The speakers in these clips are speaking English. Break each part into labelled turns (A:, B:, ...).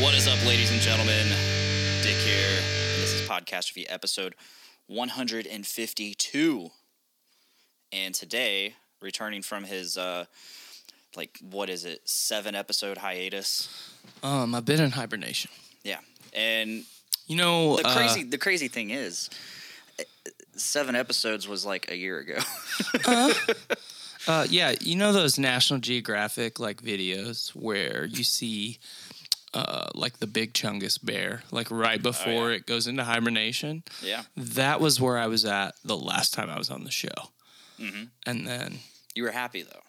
A: What is up, ladies and gentlemen? Dick here, and this is Podcast Review episode 152. And today, returning from his, uh, like, what is it, seven episode hiatus?
B: Um, I've been in hibernation.
A: Yeah. And
B: You know,
A: the
B: uh,
A: crazy, the crazy thing is, uh, seven episodes was like a year ago.
B: uh, yeah, you know those National Geographic like videos where you see, uh, like the big Chungus bear, like right
A: Oh,
B: before it goes into hibernation.
A: yeah.
B: That was where I was at the last time I was on the show,
A: Mhm.
B: and then
A: You were happy, though.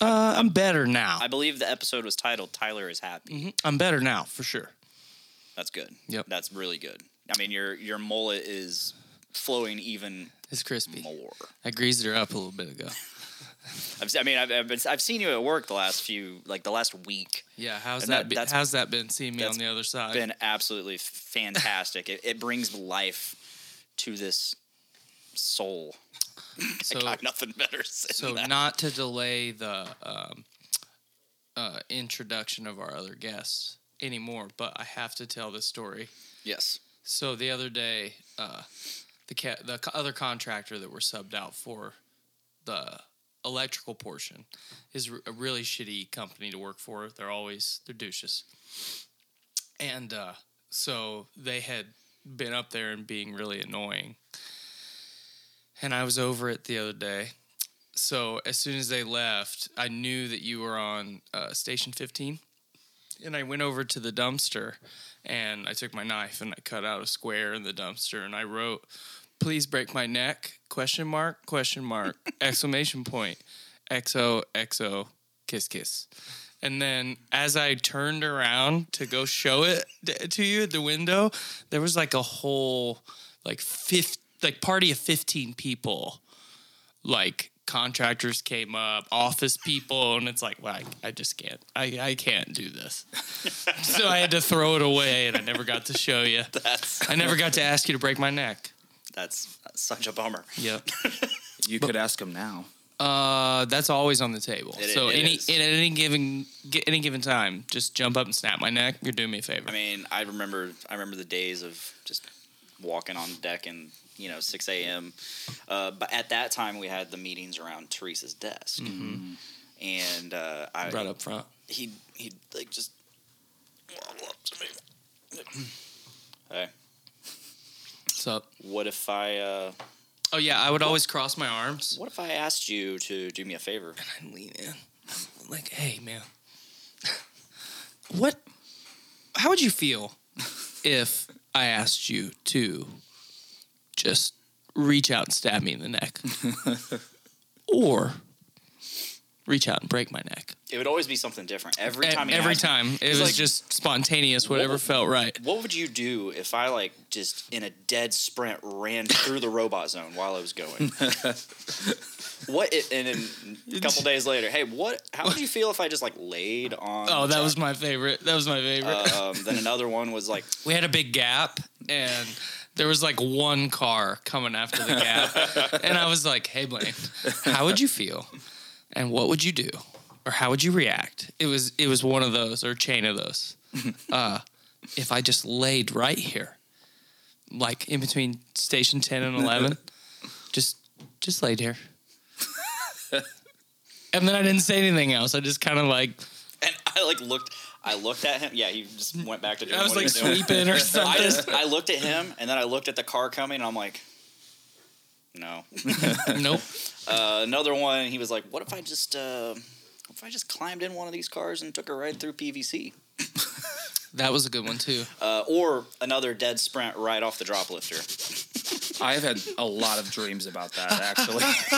B: uh, I'm better now.
A: I believe the episode was titled Tyler is Happy.
B: Mhm. I'm better now for sure.
A: That's good.
B: Yep.
A: That's really good. I mean, your your mullet is flowing even
B: It's crispy.
A: more.
B: I greased her up a little bit ago.
A: I've, si mean, I've, I've, been, I've seen you at work the last few, like the last week.
B: Yeah, how's
A: And
B: that?
A: that-
B: be-
A: that's-
B: how's that been? Seeing me on
A: that's
B: the other side.
A: Been absolutely fantastic. it, it brings life to this soul. I
B: so
A: got nothing better. Than
B: so
A: that.
B: not to delay the um, uh, introduction of our other guests anymore, but I have to tell this story.
A: yes.
B: So the other day, uh, the ca- the co- other contractor that we're subbed out for the electrical portion is r- a really shitty company to work for. They're always they're douches, and uh, so they had been up there and being really annoying. And I was over it the other day. So as soon as they left, I knew that you were on uh, station 15. And I went over to the dumpster and I took my knife and I cut out a square in the dumpster and I wrote, "Please break my neck?" question mark question mark exclamation point XO XO kiss kiss. And then as I turned around to go show it d- to you at the window, there was like a whole like fifth like party of 15 people. Like contractors came up, office people and it's like, well, I, I just can't. I, I can't do this so I had to throw it away, and I never got to show you.
A: That's
B: I never got to ask you to break my neck.
A: that's such a bummer.
B: Yep.
A: You could ask him now.
B: Uh, that's always on the table.
A: It-
B: so
A: it
B: any
A: is.
B: at any given gi- any given time, just jump up and snap my neck. You're doing me a favor.
A: I mean, I remember I remember the days of just walking on deck and you know 6 a.m. Uh, but at that time, we had the meetings around Teresa's desk,
B: Mm-hmm.
A: and uh, I
B: right up front.
A: he he like just waddle up to me. Hey,
B: So
A: what if I uh,
B: oh yeah, I would always cross my arms
A: what if I asked you to do me a favor?
B: and lean in. I'm like, hey man, what? How would you feel if I asked you to just reach out and stab me in the neck? or reach out and break my neck.
A: It would always be something different every
B: E-
A: time. he
B: Every
A: asked me,
B: time. It
A: He's
B: was
A: like-
B: just spontaneous, whatever
A: What-
B: felt right.
A: What would you do if I like just in a dead sprint ran through the robot zone while I was going? what i- and then a couple days later, hey, what? How would you feel if I just like laid on?
B: Oh,
A: the
B: that was
A: track?
B: my favorite. That was my favorite.
A: Um, then another one was like,
B: we had a big gap and there was like one car coming after the gap. and I was like, hey, Blaine, how would you feel? And what would you do? Or how would you react? It was it was one of those or chain of those. Uh, if I just laid right here, like in between station ten and eleven, just just laid here. and then I didn't say anything else. I just kind of like
A: and I like looked, I looked at him. Yeah, he just went back to doing
B: I was
A: what
B: like
A: he was doing.
B: sweeping or
A: I
B: something.
A: just I looked at him, and then I looked at the car coming, and I'm like, no.
B: nope.
A: Uh, another one, he was like, what if I just uh, if I just climbed in one of these cars and took a ride through PVC?
B: That was a good one too.
A: uh, or another dead sprint right off the drop lifter.
C: I've had a lot of dreams about that, actually.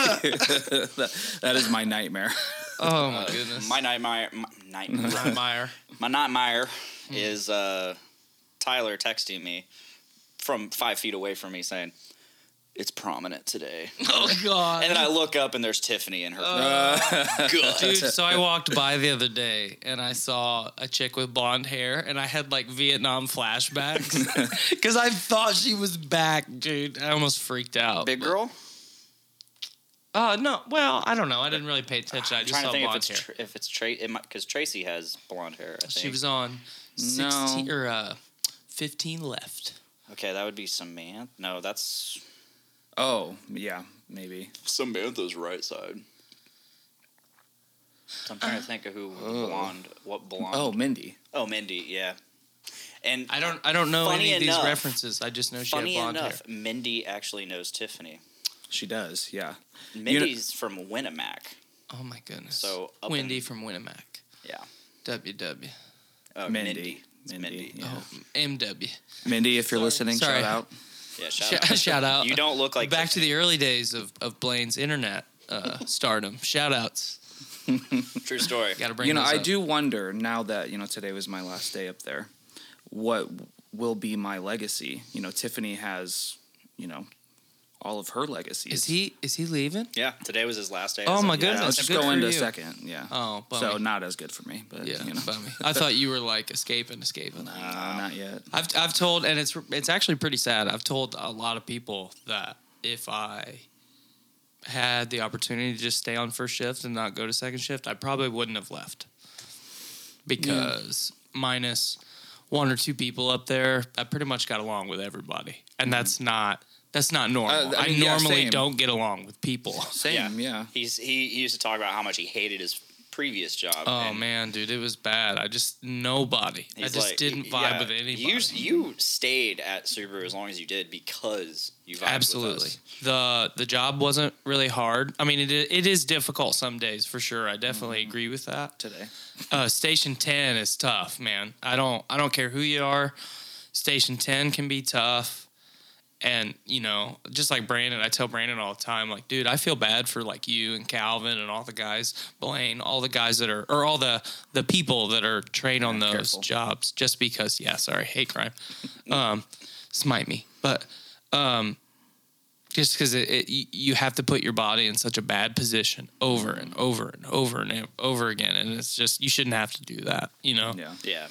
C: that, that is my nightmare.
B: Oh my goodness.
A: My nightmire, my nightmare,
B: Meyer.
A: my nightmare is uh, Tyler texting me from five feet away from me saying, "It's prominent today,"
B: Oh god.
A: and uh, then I look up and there's Tiffany in her.
B: Dude, so I walked by the other day and I saw a chick with blonde hair and I had like Vietnam flashbacks because I thought she was back, dude. I almost freaked out.
A: Big girl?
B: Uh, Uh, no. Well, I don't know. I didn't really pay attention. I
A: I'm
B: just
A: trying
B: saw
A: to think if
B: blonde
A: it's
B: hair.
A: tr- if it's Tra- it might because Tracy has blonde hair. I think.
B: she was on sixteen
C: No.
B: or uh, fifteen left.
A: okay. That would be Samantha. No, that's
C: Oh, yeah, maybe.
A: Samantha's right side. I'm trying
B: Uh,
A: to think of who
C: Oh.
A: blonde. What blonde?
C: Oh, Mindy.
A: oh, Mindy. Yeah. And
B: I don't. I don't know
A: Funny
B: any of
A: enough-
B: these references. I just know she had
A: funny
B: blonde
A: enough, Mindy actually knows Tiffany.
C: She does. Yeah. know-
A: Mindy's from Winnemac.
B: hair. Oh my goodness.
A: So, up
B: Wendy
A: in-
B: from Winnemac.
A: Yeah.
B: WW.
A: Uh,
C: Mindy.
A: Mindy. It's
C: Mindy,
A: Mindy.
C: yeah.
B: Oh, MW.
C: Mindy, if you're listening,
B: Sorry.
C: shout out.
A: Yeah.
B: Sh-
A: Shout
B: Shout,
A: out.
B: out.
A: You don't look like
B: Back to the early days of of Blaine's internet uh, stardom. Shout outs.
A: true story.
B: Got to bring.
C: you know,
B: those
C: I
B: up.
C: do wonder now that, you know, today was my last day up there, what will be my legacy? You know, Tiffany has, you know, all of her legacies.
B: Is he? Is he leaving?
A: Yeah. Today was his last day.
B: Oh
A: as a-
B: my
A: yeah,
C: Yeah,
B: goodness.
C: let's just
B: Good
C: go
B: for
C: into
B: you.
C: second. Yeah.
B: Oh, bummy.
C: so not as good for me, but
B: yeah,
C: you know,
B: bummy. I thought you were like escaping, escaping.
C: No, not yet.
B: I've I've told, and it's it's actually pretty sad. I've told a lot of people that if I had the opportunity to just stay on first shift and not go to second shift, I probably wouldn't have left because minus one or two people up there, I pretty much got along with everybody, and that's not that's not normal.
C: Mm-hmm. Uh, I
B: I,
C: mean, yeah,
B: normally
C: same.
B: don't get along with people.
C: Same. Yeah.
A: He's he, he used to talk about how much he hated his previous job.
B: Oh
A: and
B: man, dude, it was bad. I just nobody. I
A: he's
B: just
A: like-
B: didn't vibe
A: yeah,
B: with anybody.
A: You you stayed at Subaru as long as you did because you vibed With
B: Absolutely.
A: us.
B: The the job wasn't really hard. I mean, it i- it is difficult some days for sure. I definitely agree with that.
C: Today.
B: Uh, Station Ten is tough, man. I don't I don't care who you are. Station Ten can be tough, and you know, just like Brandon, I tell Brandon all the time, like, dude, I feel bad for like you and Calvin and all the guys, Blaine, all the guys that are or all the the people that are trained on
C: Yeah,
B: those
C: careful.
B: jobs, just because. Yeah, sorry, hate crime. Um, smite me, but um just because it, it, you- you have to put your body in such a bad position over and over and over and over again and it's just you shouldn't have to do that you know
C: Yeah.
A: Yeah.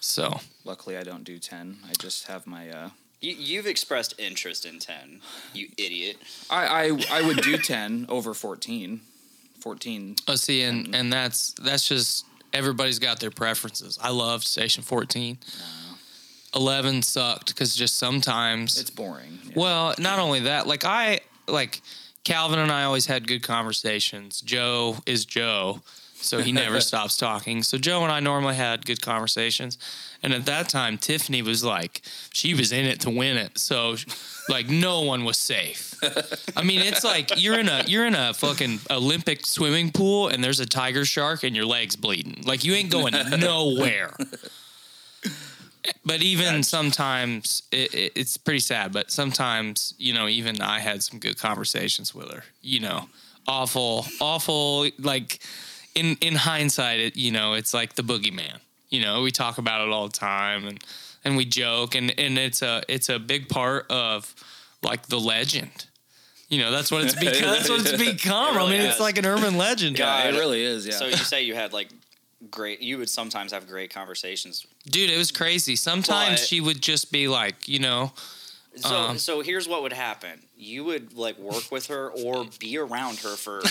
B: so
C: Luckily, I don't do ten. I just have my. Uh,
A: You, you've expressed interest in ten. You idiot.
C: I, I I would do ten over fourteen. Fourteen.
B: oh see and and that's that's just everybody's got their preferences i loved station 14 11 sucked because just sometimes
C: It's boring. Yeah.
B: Well, not only that, like I like Calvin and I always had good conversations. Joe is Joe, so he never stops talking. So Joe and I normally had good conversations. And at that time, Tiffany was like she was in it to win it. So like no one was safe. I mean, it's like you're in a you're in a fucking Olympic swimming pool and there's a tiger shark and your legs bleeding. Like you ain't going nowhere. But even sometimes it, it, it's pretty sad. But sometimes you know, even I had some good conversations with her. You know, awful, awful. Like in in hindsight, it you know, it's like the boogeyman. You know, we talk about it all the time and and we joke and and it's a it's a big part of like the legend. You know, that's what it's become. that's what it's become. I
A: really
B: mean,
A: has.
B: it's like an urban legend.
C: yeah,
A: God.
C: it really is. Yeah.
A: So you say you had like great. You would sometimes have great conversations.
B: Dude, it was crazy. Sometimes
A: But-
B: she would just be like, you know,
A: So
B: Uh-huh.
A: so here's what would happen. You would like work with her or be around her for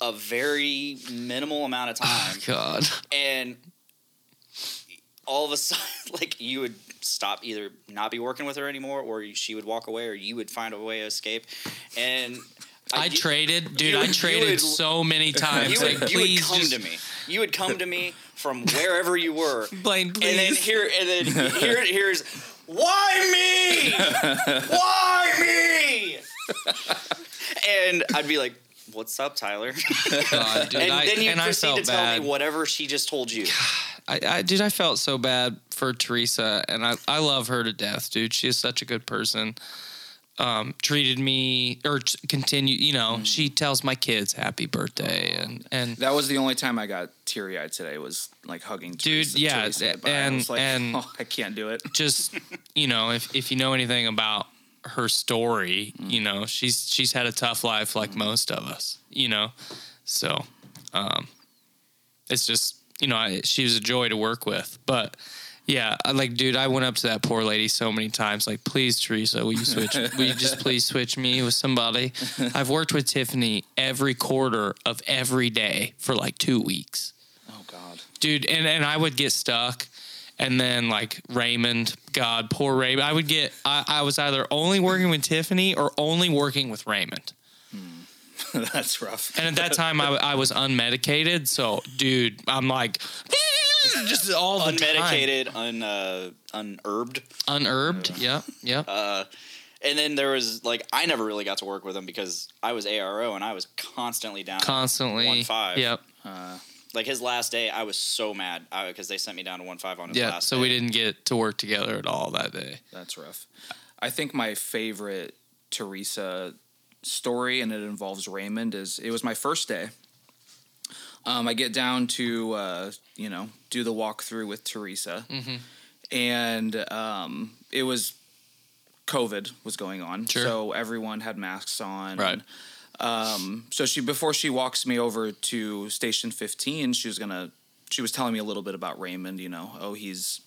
A: a very minimal amount of time.
B: "Oh, God.
A: and all of a sudden, like you would stop either not be working with her anymore, or she would walk away, or you would find a way to escape. And
B: I,
A: you-
B: traded, dude.
A: you-
B: I
A: you
B: traded
A: would-
B: so many times.
A: You
B: like,
A: would, you would
B: please,
A: come
B: just,
A: to me. You would come to me from wherever you were,
B: Blaine, please.
A: and then here, and then here, here's why me? Why me? And I'd be like, "What's up, Tyler?"
B: God, dude,
A: and
B: I,
A: then you
B: and I
A: proceed to
B: felt
A: tell
B: bad.
A: me whatever she just told you.
B: I, I, dude, I felt so bad for Teresa, and I, I love her to death, dude. She is such a good person. Um, treated me or t- continue, you know.
A: Mm.
B: She tells my kids happy birthday, and and
C: that was the only time I got teary eyed today. Was like hugging. Teresa,
B: yeah,
C: Teresa,
B: th-
C: but I
B: and-
C: was like,
B: and-
C: oh, I can't do it.
B: just you know if if you know anything about her story you know she's she's had a tough life like most of us you know so um it's just you know I, she was a joy to work with but Yeah, I- like, dude, I went up to that poor lady so many times. Like, please, Teresa, will you switch? will you just please switch me with somebody? I've worked with Tiffany every quarter of every day for like two weeks,
C: Oh God.
B: dude. And and I would get stuck, and then like Raymond, God, poor Raymond. I would get. I, I was either only working with Tiffany or only working with Raymond.
C: That's rough.
B: And at that time, I, I was unmedicated. So, dude, I'm like, just all the time.
A: Unmedicated, un uh, unherbed.
B: unherbed. Yeah, yeah.
A: Uh, and then there was like I never really got to work with him because I was ARO and I was constantly down.
B: constantly.
A: One five.
B: Yep.
C: Uh,
A: like his last day, I was so mad because they sent me down to one five on his
B: Yeah.
A: last.
B: So we
A: day.
B: didn't get to work together at all that day.
C: that's rough. I think my favorite Teresa story, and it involves Raymond, is it was my first day. Um, I get down to uh, you know do the walkthrough with Teresa,
B: Mm-hmm.
C: and um, it was COVID was going on,
B: Sure.
C: so everyone had masks on.
B: Right.
C: Um, so she before she walks me over to station 15, she was gonna she was telling me a little bit about Raymond. You know, oh he's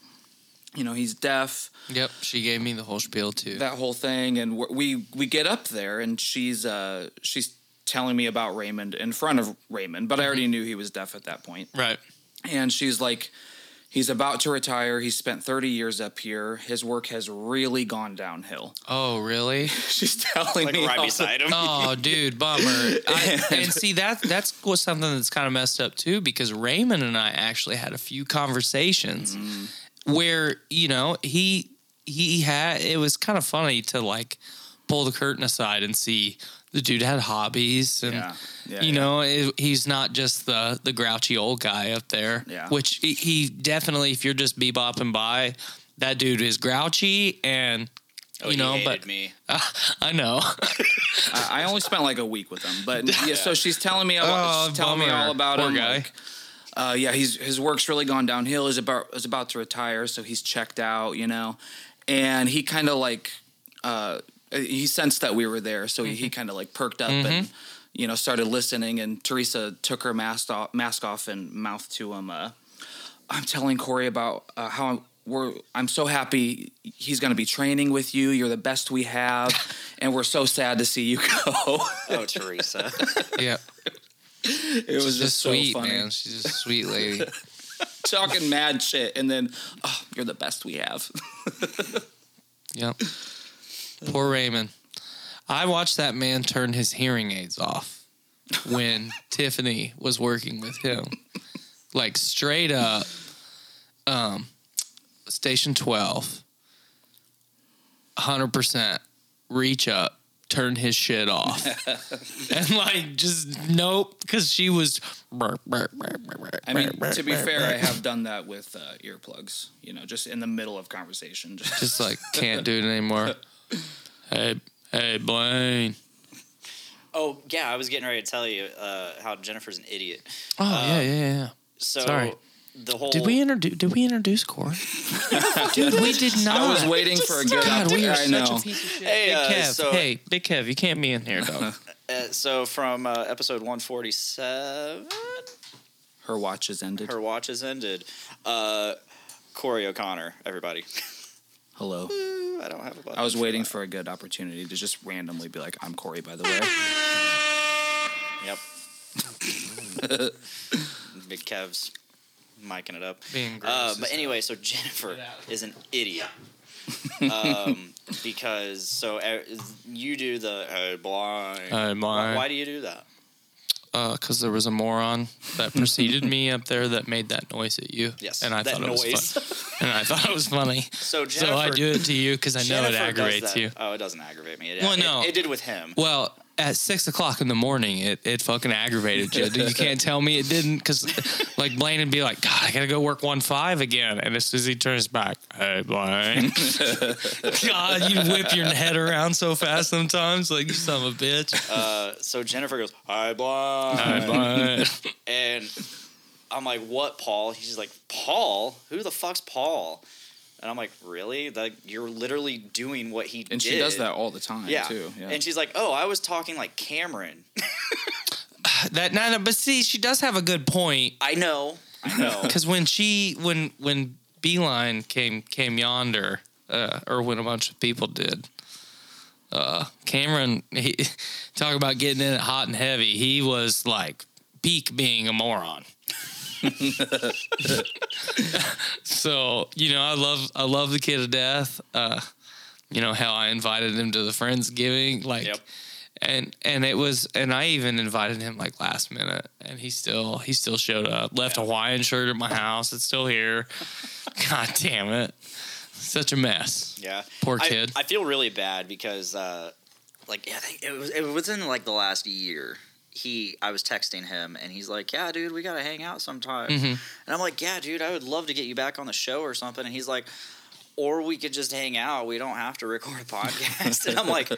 C: you know he's deaf
B: Yep. She gave me the whole spiel too.
C: that whole thing and we- we we get up there and she's uh she's telling me about Raymond in front of Raymond but I already
B: Mm-hmm.
C: knew he was deaf at that point
B: right.
C: and she's like he's about to retire he's spent 30 years up here his work has really gone downhill
B: Oh, really?
C: she's telling me
A: like right
C: all
A: beside him.
B: Oh, dude, bummer. I, and see that that's was something that's kind of messed up too because Raymond and I actually had a few conversations where you know he he had it was kind of funny to like pull the curtain aside and see the dude had hobbies and
C: Yeah. Yeah,
B: you
C: yeah.
B: know it, he's not just the the grouchy old guy up there
C: Yeah.
B: which he, he definitely if you're just bebopping by that dude is grouchy and
A: Oh,
B: you
A: he
B: know
A: hated
B: but
A: me.
B: I know
C: I, I only spent like a week with him, but yeah. So she's telling me, all,
B: Oh,
C: she's telling me
B: bummer.
C: all about
B: Poor
C: him.
B: guy.
C: like, uh, yeah, he's his work's really gone downhill. He's about is about to retire, so he's checked out, you know. And he kind of like uh, he sensed that we were there, so
B: Mm-hmm.
C: he, he kind of like perked up and you know started listening. And Teresa took her mask off, mask off, and mouthed to him. Uh, I'm telling Corey about uh, how I'm, we're. I'm so happy he's going to be training with you. You're the best we have, and we're so sad to see you go.
A: Oh, Teresa.
B: yeah
C: It
B: She's
C: was just
B: just sweet,
C: so funny.
B: man. She's a sweet lady.
C: Talking mad shit, and then oh, you're the best we have.
B: yep. Poor Raymond. I watched that man turn his hearing aids off when Tiffany was working with him. Like straight up um station 12 100% reach up turned his shit off and like just nope because she was
C: I mean, to be fair, I have done that with uh, earplugs. You know, just in the middle of conversation. Just,
B: just like can't do it anymore. Hey, hey, Blaine.
A: oh yeah, I was getting ready to tell you uh, how Jennifer's an idiot.
B: Oh yeah, yeah, yeah.
A: So
B: Sorry.
A: the whole
B: Did we introduce? Did we introduce Corey? Dude, we did not.
C: I was waiting for a good
B: God, we
C: update.
B: are
C: I know.
B: such a piece of shit.
A: Hey,
B: Big
A: uh,
B: Kev.
A: so-
B: hey, Big Kev, you can't be in here, dog.
A: Uh, so from uh, episode 147,
C: Her watch is ended.
A: her watch has ended. Uh, Corey O'Connor, everybody.
C: Hello.
A: I don't have a button.
C: I was waiting for a good opportunity to just randomly be like, "I'm Corey," by the way.
A: Yep. Big Kev's micing it up.
B: Being gross
A: Uh,
B: is
A: but anyway, so Jennifer
B: Get out.
A: is an idiot. um, because so uh, you do the hey, blind.
B: Hey,
A: why,
B: Blaine.
A: why do you do that?
B: because Uh, there was a moron that preceded me up there that made that noise at you.
A: Yes,
B: and I
A: that
B: thought it was
A: noise.
B: fun. and I thought it was funny.
A: So Jennifer,
B: so I do it to you because I know
A: Jennifer
B: it
A: does
B: aggravates
A: that.
B: you.
A: Oh, it doesn't aggravate me. It,
B: Well,
A: it-
B: no.
A: it, did with him.
B: Well, at six o'clock in the morning, it, it fucking aggravated you. you can't tell me it didn't because, like, Blaine would be like, God, I gotta go work one five again. And as soon as he turns back, hey, Blaine. God, you whip your head around so fast sometimes, like, you son of a bitch.
A: Uh, so Jennifer goes, "Hi, blind."
B: Hey, Blaine.
A: And I'm like, what, Paul? He's like, Paul? Who the fuck's Paul? And I'm like, really? Like, you're literally doing what he did.
C: And she does that all the time
A: yeah.
C: too. Yeah.
A: And she's like, oh, I was talking like Cameron.
B: that, no, no, but see, she does have a good point
A: I know. I know.
B: because when she, when, when Beeline came came yonder, uh, or when a bunch of people did. Uh, Cameron, he, talk about getting in it hot and heavy. He was like peak being a moron. so you know, I love I love the kid to death. Uh, you know how I invited him to the friendsgiving, like,
A: Yep.
B: and and it was, and I even invited him like last minute, and he still he still showed up. Left a Hawaiian shirt at my house. It's still here. God damn it! Such a mess.
A: Yeah.
B: Poor
A: I-
B: kid.
A: I, feel really bad because, uh, like, yeah, I think it was it was within like the last year. He, I was texting him, and he's like, "Yeah, dude, we gotta hang out sometime."
B: Mhm.
A: And I'm like, "Yeah, dude, I would love to get you back on the show or something." And he's like, "Or we could just hang out. We don't have to record a podcast." and I'm like,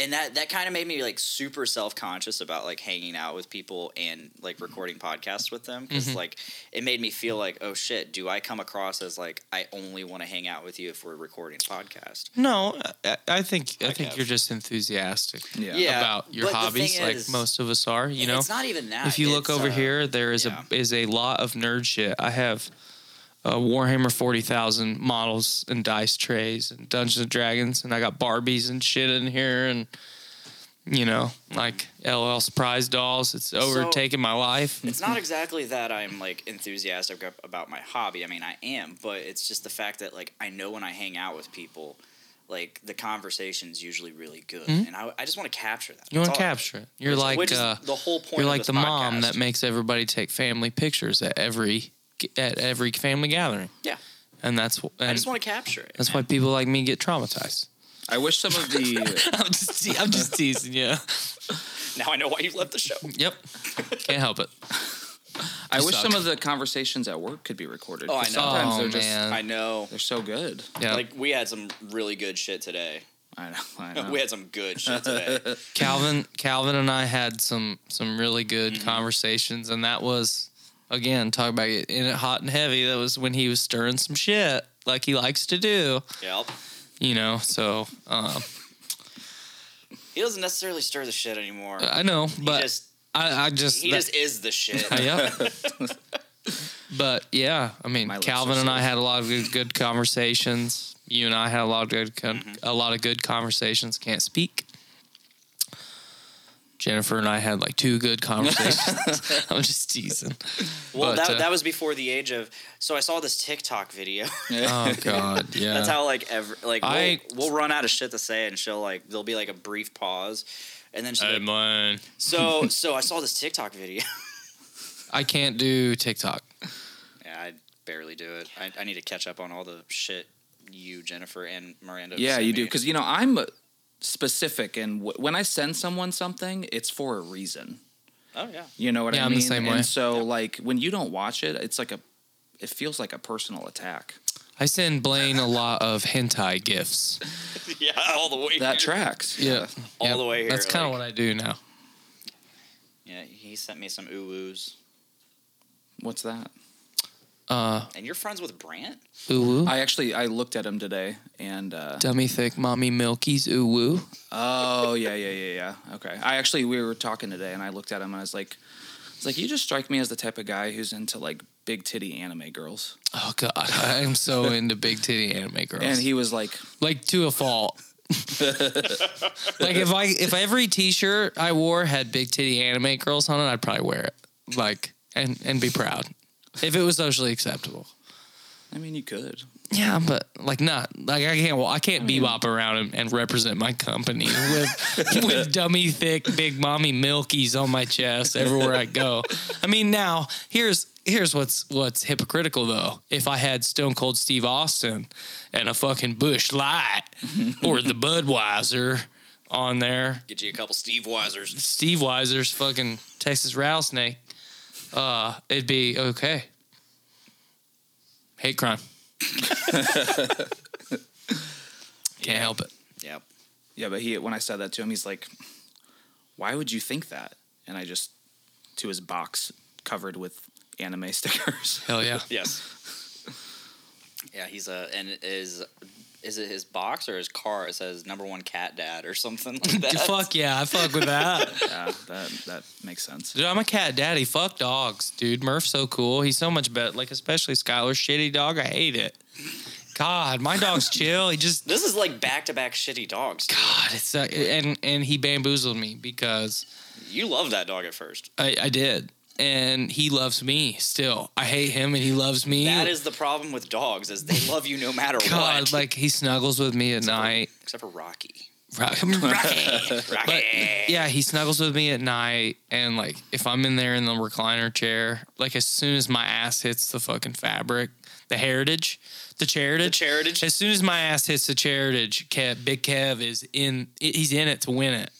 A: and that that kind of made me like super self conscious about like hanging out with people and like recording podcasts with them because
B: Mhm.
A: like it made me feel like, oh shit, do I come across as like I only want to hang out with you if we're recording a podcast?
B: No, I, I think I,
A: I
B: think
A: have.
B: you're just enthusiastic
C: Yeah.
A: Yeah,
B: about your
A: but the
B: hobbies,
A: thing
B: like
A: is-
B: most of us are. You
A: And
B: know,
A: it's not even that.
B: if you look
A: it's,
B: over
A: uh,
B: here, there is
A: yeah.
B: a is a lot of nerd shit. I have uh, Warhammer forty thousand models and dice trays and Dungeons and Dragons, and I got Barbies and shit in here, and you know, like LOL surprise dolls. It's overtaking my life.
A: it's not exactly that I'm like enthusiastic ab- about my hobby. I mean, I am, but it's just the fact that like I know when I hang out with people, like the conversation's usually really good, and I, I just want to capture that.
B: Hmm? You
A: That's
B: want to
A: all.
B: capture it. You're
A: Which-
B: like
A: which is
B: uh,
A: the whole point.
B: you're
A: of
B: like
A: this
B: the mom
A: podcast.
B: that makes everybody take family pictures at every at every family gathering,
A: yeah.
B: and that's wh-
A: I
B: and
A: just want to capture it.
B: that's why people like me get traumatized.
C: I wish some of the
B: I'm just te- I'm just teasing you.
A: Now I know why you left the show.
B: Yep, can't help it.
C: I
B: You
C: wish
B: suck.
C: some of the conversations at work could be recorded.
A: Oh, I
C: 'cause
A: know.
C: Sometimes
B: oh
C: they're just
B: man,
A: I know.
C: they're so good.
B: yeah.
A: Like we had some really good shit today.
C: I know. I know.
A: We had some good shit today.
B: Calvin, Calvin and I had some some really good conversations, and that was again talk about it in it hot and heavy. That was when he was stirring some shit like he likes to do,
A: yep.
B: you know. So um,
A: He doesn't necessarily stir the shit anymore.
B: Uh, I know,
A: he
B: but
A: just
B: I, I just
A: he
B: that-
A: just is the shit.
B: yeah. but yeah, I mean,
C: My lips
B: Calvin
C: are
B: and I
C: sealed.
B: had a lot of good, good conversations. You and I had a lot of good, con-
A: Mm-hmm.
B: a lot of good conversations. Can't speak. Jennifer and I had like two good conversations. I'm just teasing.
A: well,
B: but,
A: that,
B: uh,
A: that was before the age of. So I saw this TikTok video.
B: Oh God, yeah.
A: That's how like every like we'll,
B: I-
A: we'll run out of shit to say, and she'll like there'll be like a brief pause, and then she'll.
B: Hey,
A: be like,
B: man,
A: so so I saw this TikTok video.
B: I can't do TikTok.
A: yeah, I barely do it. I, I need to catch up on all the shit you Jennifer and Miranda.
C: Yeah,
A: sent
C: you
A: me.
C: do because you know I'm specific, and w- when I send someone something, it's for a reason.
A: Oh yeah.
C: You know what
B: Yeah,
C: I
B: I'm the
C: mean?
B: same
C: and
B: way.
C: so, like, when you don't watch it, it's like a, it feels like a personal attack.
B: I send Blaine a lot of hentai gifs.
A: Yeah, all the way.
C: That
A: here.
C: tracks.
B: Yeah,
A: All the way here,
B: That's kind of
A: like-
B: what I do now.
A: Yeah, he sent me some ooh-oos.
C: What's that?
B: Uh,
A: And you're friends with Brant?
B: ooh, woo.
C: I actually I looked at him today, and uh,
B: dummy thick, mommy milkies. Ooh, woo.
C: oh yeah yeah yeah yeah okay. I actually we were talking today, and I looked at him, and I was like, it's like you just strike me as the type of guy who's into like big titty anime girls,
B: Oh god, I am so into big titty anime girls.
C: and he was like,
B: like to a fault. like if I if every T-shirt I wore had big titty anime girls on it, I'd probably wear it. Like and and be proud if it was socially acceptable.
C: I mean, you could.
B: Yeah, but like not like I can't well I can't bebop around and, and represent my company with with dummy thick big mommy milkies on my chest everywhere I go. I mean now here's here's what's what's hypocritical though. If I had Stone Cold Steve Austin and a fucking Bush Light or the Budweiser on there,
A: Get you a couple Steve Weisers.
B: Steve Weiser's fucking Texas rattlesnake, uh, it'd be okay. Hate crime. Can't help it.
A: Yep.
C: Yeah, but he when I said that to him, he's like, "Why would you think that?" And I just to his box covered with anime stickers.
B: Hell yeah.
A: Yes. yeah, he's a and it is is it his box or his car? It says number one cat dad or something like that.
B: fuck yeah, I fuck with that.
C: yeah, that that makes sense.
B: Dude, I'm a cat daddy. Fuck dogs, dude. Murph's so cool. He's so much better. Like, especially Skylar's shitty dog. I hate it. God, my dog's chill. He just
A: This is like back to back shitty dogs. dude.
B: God, it's uh, and and he bamboozled me because
A: You loved that dog at first.
B: I, I did, and he loves me still. I hate him, and he loves me.
A: That is the problem with dogs is they love you no matter
B: God,
A: what.
B: like he snuggles with me at night.
A: Except for Rocky.
B: Right.
A: Rocky.
B: But yeah, he snuggles with me at night, and like if I'm in there in the recliner chair, like as soon as my ass hits the fucking fabric, the heritage, the
A: The
B: charitage,
A: Charitage.
B: as soon as my ass hits the charitage, Kev, Big Kev is in. He's in it to win it.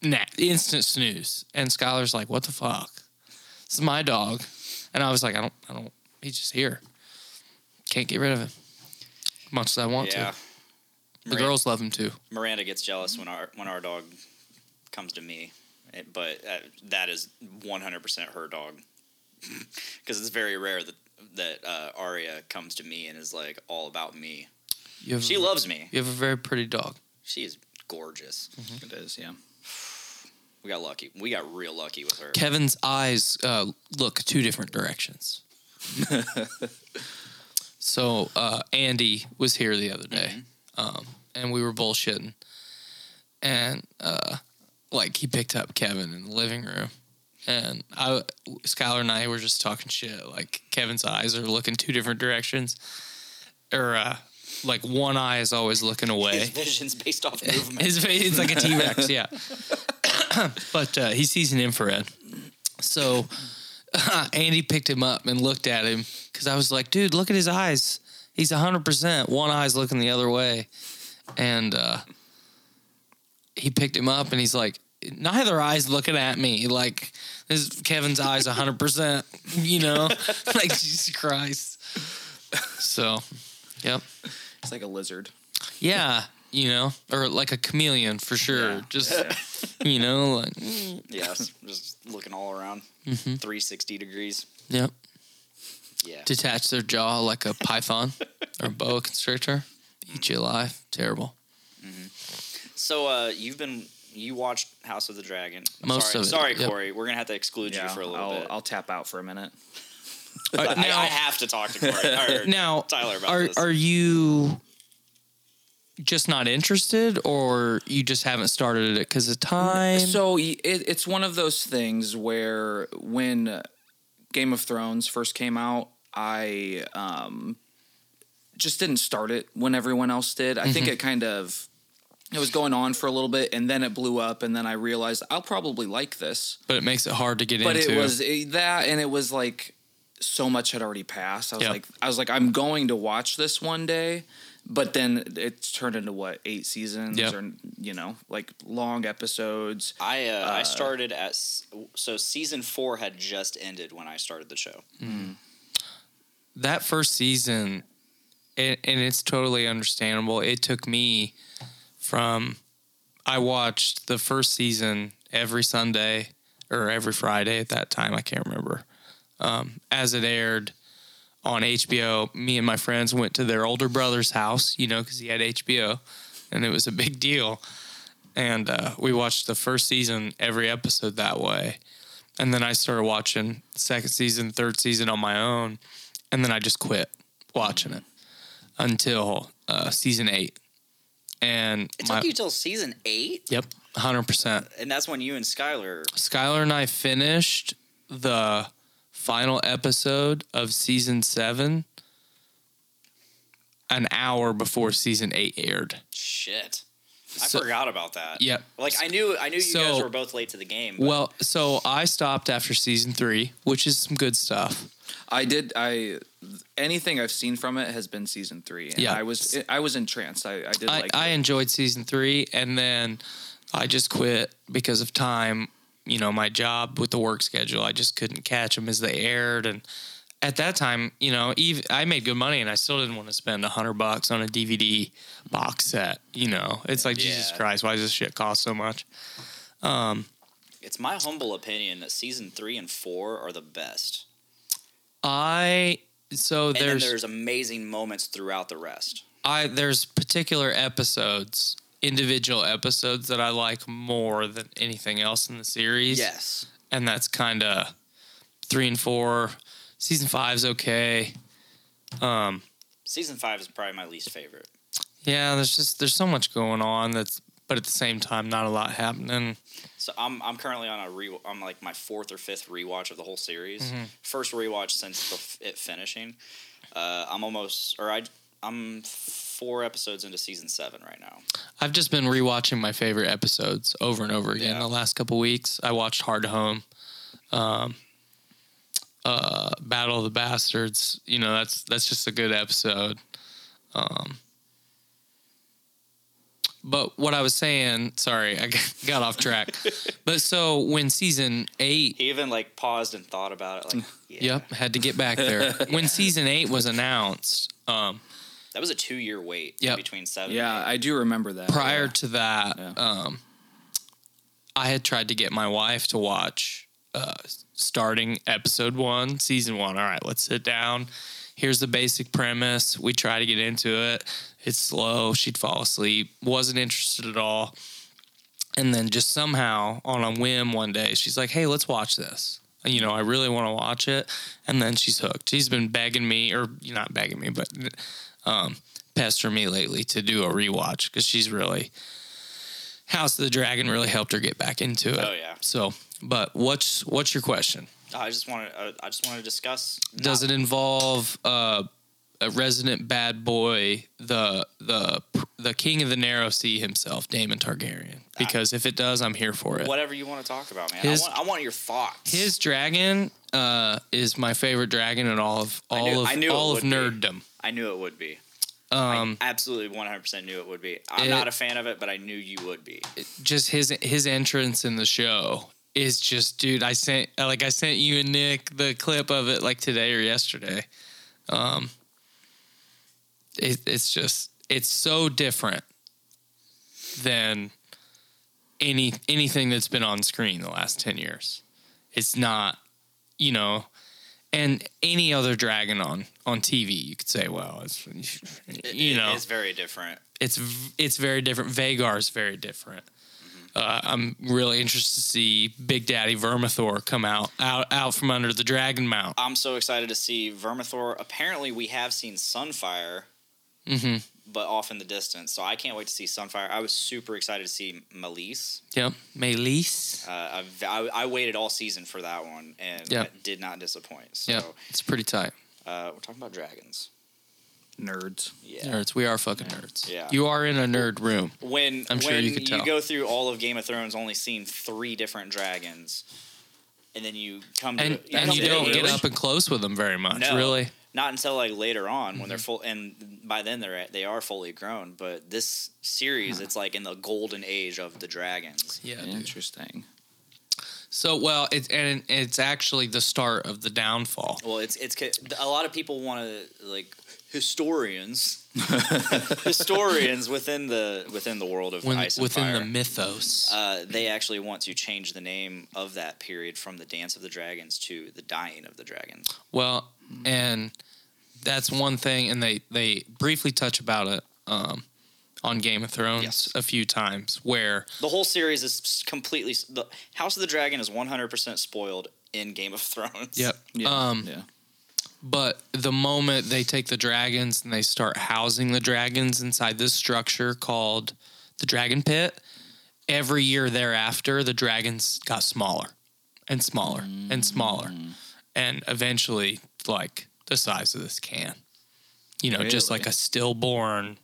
B: Nah, instant snooze. And Skylar's like, "What the fuck? This is my dog," and I was like, "I don't, I don't. He's just here. Can't get rid of him. Much as I want
A: Yeah.
B: to. The girls love him too.
A: Miranda gets jealous when our when our dog comes to me, It- but uh, that is 100% her dog because it's very rare that that uh, Aria comes to me and is like all about me.
B: You have,
A: She loves me.
B: You have a very pretty dog.
A: She is gorgeous.
C: It is, yeah.
A: We got lucky. We got real lucky with her.
B: Kevin's eyes uh, look two different directions. so uh, Andy was here the other day, um, and we were bullshitting, and uh, like he picked up Kevin in the living room, and I, Skylar and I were just talking shit. Like Kevin's eyes are looking two different directions, or uh, like one eye is always looking away.
A: His vision's based off movement.
B: His face it's like a T Rex, yeah. but uh, he sees an infrared. So Andy picked him up and looked at him because I was like, dude, look at his eyes. He's 100%. One eye's looking the other way. And uh, he picked him up and he's like, neither eye's looking at me. Like, this Kevin's eyes 100%, you know? like, Jesus Christ. So, yep.
C: It's like a lizard.
B: Yeah, you know, or like a chameleon for sure. Just you know, like
A: yes, just looking all around,
B: Mm-hmm.
A: 360 degrees.
B: yep,
A: Yeah,
B: detach their jaw like a python or a boa constrictor, eat you alive. Terrible.
A: So uh, you've been you watched House of the Dragon. I'm
B: Most
A: sorry,
B: of it,
A: Sorry,
B: yep.
A: Corey, we're gonna have to exclude you for a little
C: I'll,
A: bit.
C: I'll tap out for a minute.
B: All right,
A: I, I
B: now,
A: have to talk to Corey. Or
B: now,
A: Tyler about
B: are
A: this.
B: are you just not interested, or you just haven't started it because of time?
C: So y- it, it's one of those things where when uh, Game of Thrones first came out, I um, just didn't start it when everyone else did. I think it kind of it was going on for a little bit, and then it blew up, and then I realized I'll probably like this.
B: but it makes it hard to get
C: But
B: into.
C: it was it, that, and it was like so much had already passed. I was
B: Yeah.
C: like, I was like, I'm going to watch this one day. But then it's turned into what eight seasons
B: Yeah.
C: or you know like long episodes.
A: I uh, I started at s- so season four had just ended when I started the show.
B: that first season, and, and it's totally understandable. It took me from I watched the first season every Sunday or every Friday at that time. I can't remember. Um, as it aired on HBO, me and my friends went to their older brother's house, you know, because he had HBO, and it was a big deal. And uh, we watched the first season every episode that way. And then I started watching second season, third season on my own and then I just quit
A: Mm-hmm.
B: watching it until uh, season eight. And
A: It
B: my,
A: took you till season eight,
B: yep, hundred percent.
A: and that's when you and Skylar.
B: Skylar and I finished the final episode of season seven an hour before season eight aired.
A: Shit,
B: So-
A: I forgot about that.
B: Yep.
A: like I knew I knew you
B: So-
A: guys were both late to the game. but-
B: Well, so I stopped after season three, which is some good stuff.
C: I did. I anything I've seen from it has been season three. And
B: Yeah.
C: I was I was entranced. I, I did
B: I,
C: like.
B: I
C: it.
B: enjoyed season three, and then I just quit because of time. You know, my job with the work schedule, I just couldn't catch them as they aired. And at that time, you know, even, I made good money, and I still didn't want to spend a hundred bucks on a DVD box set. You know, it's like Jesus
A: Yeah.
B: Christ, why does this shit cost so much?
A: it's my humble opinion that season three and four are the best,
B: I so
A: and then
B: there's
A: there's amazing moments throughout the rest.
B: I there's particular episodes, individual episodes that I like more than anything else in the series.
A: Yes,
B: and that's kind of three and four. Season five's okay. Um,
A: Season five is probably my least favorite.
B: Yeah, there's just there's so much going on that's but at the same time not a lot happening.
A: So I'm I'm currently on a re I'm like my fourth or fifth rewatch of the whole series.
B: Mm-hmm.
A: First rewatch since the, f- it finishing. Uh, I'm almost or I I'm four episodes into season seven right now.
B: I've just been rewatching my favorite episodes over and over again
A: Yeah.
B: the last couple weeks. I watched Hard Home, um, uh, Battle of the Bastards. You know, that's that's just a good episode. Um, but what I was saying, sorry, I got off track. but so when season eight
A: He even like paused and thought about it. Like yeah,
B: Yep, had to get back there. When season eight was announced, um,
A: that was a two year wait
B: Yep.
A: between seven.
C: Yeah, I do remember that.
B: prior
C: yeah.
B: to that,
C: Yeah.
B: um, I had tried to get my wife to watch uh, starting episode one, season one. All right, let's sit down. Here's the basic premise. We try to get into it. It's slow. She'd fall asleep. Wasn't interested at all. And then just somehow on a whim one day, she's like, hey, let's watch this. You know, I really want to watch it. And then she's hooked. She's been begging me, or not begging me, but um, pester me lately to do a rewatch because she's really House of the Dragon really helped her get back into it.
A: Oh, yeah.
B: So, but what's what's your question?
A: I just want to I, I just want to discuss.
B: Does it involve uh, a resident bad boy, the the the king of the Narrow Sea himself, Daemon Targaryen? Because if it does, I'm here for it.
A: whatever you want to talk about, man?
B: His-
A: I want I want your thoughts.
B: His dragon uh, is my favorite dragon in all of all
A: knew-
B: of
A: I knew it
B: all of
A: would be.
B: nerddom.
A: I knew it would be.
B: Um,
A: I absolutely 100% knew it would be. I'm
B: It-
A: not a fan of it, but I knew you would be.
B: just his his entrance in the show is just dude i sent like i sent you and nick the clip of it like today or yesterday um it, it's just it's so different than any anything that's been on screen the last 10 years it's not you know and any other dragon on on tv you could say well it's you know
A: it's very different.
B: it's v- it's very different. Vagar's very different.
A: Mm-hmm.
B: Uh, I'm really interested to see Big Daddy Vermithor come out out out from under the Dragon Mount.
A: I'm so excited to see Vermithor. Apparently, we have seen Sunfire,
B: Mm-hmm.
A: but off in the distance. So I can't wait to see Sunfire. I was super excited to see Malise.
B: Yep, Melise.
A: Uh, I've- I, I waited all season for that one, and
B: Yeah.
A: it did not disappoint. So
B: Yep, it's pretty tight.
A: uh, we're talking about dragons.
C: nerds.
A: Yeah.
B: Nerds, we are fucking nerds.
A: Yeah.
B: you are in a nerd room.
A: When
B: I'm
A: when
B: sure you
A: you,
B: could tell.
A: go through all of Game of Thrones, only seeing three different dragons, and then you come to
B: And
A: you
B: and
A: come
B: you
A: to
B: don't get
A: Aegon.
B: up and close with them very much,
A: No.
B: really.
A: not until like later on when they're
B: Mm-hmm.
A: full and by then they're at, they are fully grown but this series it's like in the golden age of the dragons
B: Yeah. dude.
C: Interesting.
B: So well, it's and it's actually the start of the downfall.
A: well it's it's ca- a lot of people want to like historians historians within the within the world of
B: When,
A: ice and
B: within
A: fire
B: the mythos,
A: uh, they actually want to change the name of that period from the dance of the dragons to the dying of the dragons
B: Well, and that's one thing, and they they briefly touch about it um, on Game of Thrones
A: Yes.
B: a few times, where
A: the whole series is s- completely s- the house of the dragon is 100% spoiled in game of thrones
C: Yeah.
B: um,
C: yeah.
B: but the moment they take the dragons and they start housing the dragons inside this structure called the Dragon Pit, every year thereafter the dragons got smaller and smaller and smaller, and eventually like the size of this can, you know, just
C: Really?
B: like a stillborn,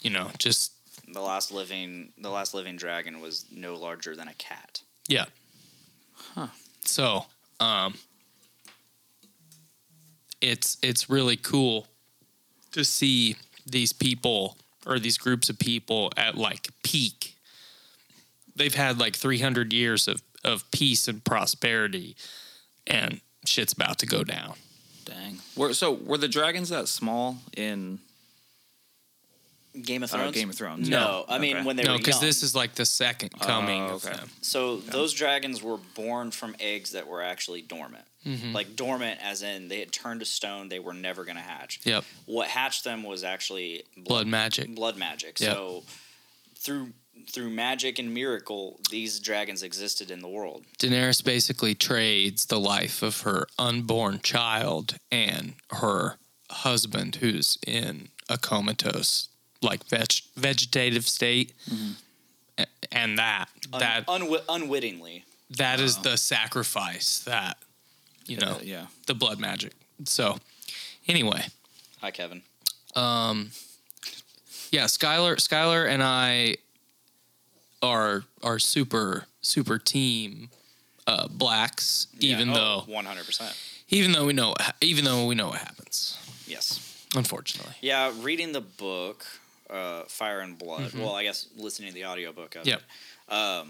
B: you know, just
A: the last living the last living dragon was no larger than a cat.
B: Yeah. So, um, it's it's really cool to see these people or these groups of people at like peak. They've had like 300 years of of peace and prosperity, and shit's about to go down.
C: Dang. Were, so were the dragons that small in
A: Game of
C: uh,
A: Thrones.
C: Game of Thrones?
A: No, I mean
C: Okay.
A: when they
B: no,
A: were
B: because
A: young.
B: this is like the second coming
C: Oh,
B: of
C: okay.
B: them.
A: so those dragons were born from eggs that were actually dormant,
B: Mm-hmm.
A: like dormant as in they had turned to stone. They were never going to hatch.
B: Yep,
A: What hatched them was actually
B: blood magic.
A: blood magic.
B: Yep.
A: So through through magic and miracle, these dragons existed in the world.
B: Daenerys basically trades the life of her unborn child and her husband who's in a comatose, like veg- vegetative state,
C: Mm-hmm.
B: A- and that
C: Oh,
A: Un-
B: that
A: unwi- unwittingly.
B: that is the sacrifice that you know
C: yeah.
B: the blood magic. So anyway,
A: Hi, Kevin.
B: yeah, Skylar, Skylar, and I are are super super team uh, blacks, even
C: Oh,
B: though
A: Oh, one hundred percent.
B: even though we know what ha- even though we know what happens.
A: Yes.
B: Unfortunately,
A: Yeah, reading the book, uh, Fire and Blood. Well, I guess listening to the audiobook of
B: yeah,
A: it.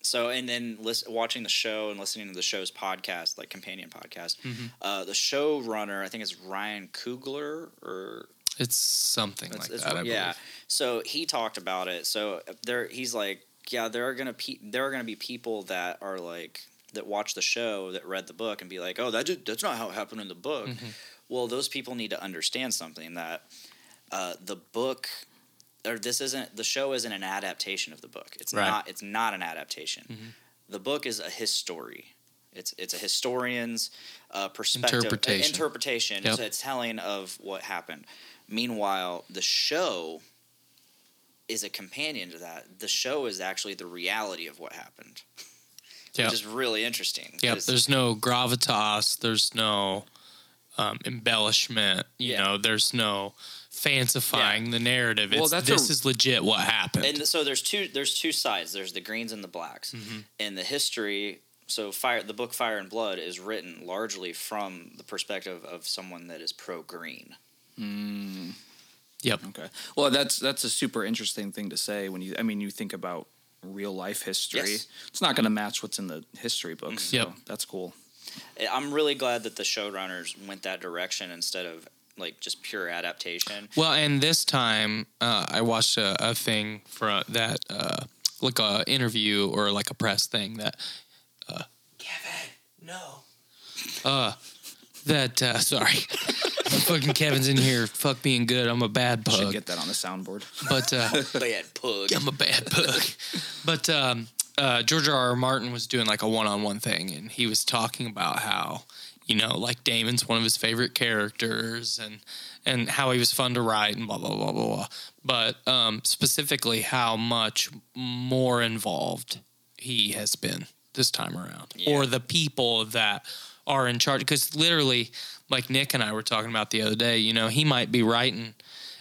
A: So, and then list, watching the show and listening to the show's podcast, like companion podcast. Uh, the showrunner, I think it's Ryan Coogler or
B: it's something
A: It's-
B: like
A: it's-
B: that. I
A: yeah.
B: believe.
A: So he talked about it. So there, he's like, yeah, there are gonna pe- there are gonna be people that are like that watch the show that read the book and be like, oh, that ju- that's not how it happened in the book.
B: Mm-hmm.
A: Well, those people need to understand something that uh, the book or this isn't the show isn't an adaptation of the book. It's
B: Right. Mm-hmm.
A: not. It's not an adaptation. The book is a history. It's it's a historian's uh, perspective
B: Interpretation.
A: interpretation.
B: Yep.
A: It's a telling of what happened. Meanwhile, the show is a companion to that. The show is actually the reality of what happened,
B: Yeah.
A: which is really interesting.
B: Yep,
A: 'cause-
B: there's no gravitas. There's no um, embellishment. You
A: Yeah.
B: know, there's no fancifying the narrative.
C: Well,
B: It's,
C: that's
B: this
C: a-
B: is legit what happened.
A: and so there's two there's two sides. There's the greens and the blacks,
B: Mm-hmm.
A: and the history. So fire the book Fire and Blood is written largely from the perspective of someone that is pro green.
B: yep.
C: Mm, Okay. Well, that's that's a super interesting thing to say when you. I mean, you think about real life history.
A: Yes.
C: It's not going to match what's in the history books. So
B: Mm. Yep.
C: That's cool.
A: I'm really glad that the showrunners went that direction instead of like just pure adaptation.
B: Well, and this time uh, I watched a, a thing for that, uh, like a interview or like a press thing that. Uh, Kevin, no. Uh, that uh, sorry, fucking Kevin's in here. Fuck being good. I'm a bad
C: Should
B: pug,
C: get that on the soundboard.
B: but uh,
A: Bad pug.
B: I'm a bad pug. but um, uh, George R. R. Martin was doing like a one-on-one thing, and he was talking about how you know, like Damon's one of his favorite characters, and and how he was fun to write, and blah blah blah blah blah. But um, specifically, how much more involved he has been this time around, or the people that are in charge. Because literally, like Nick and I were talking about the other day, you know, he might be writing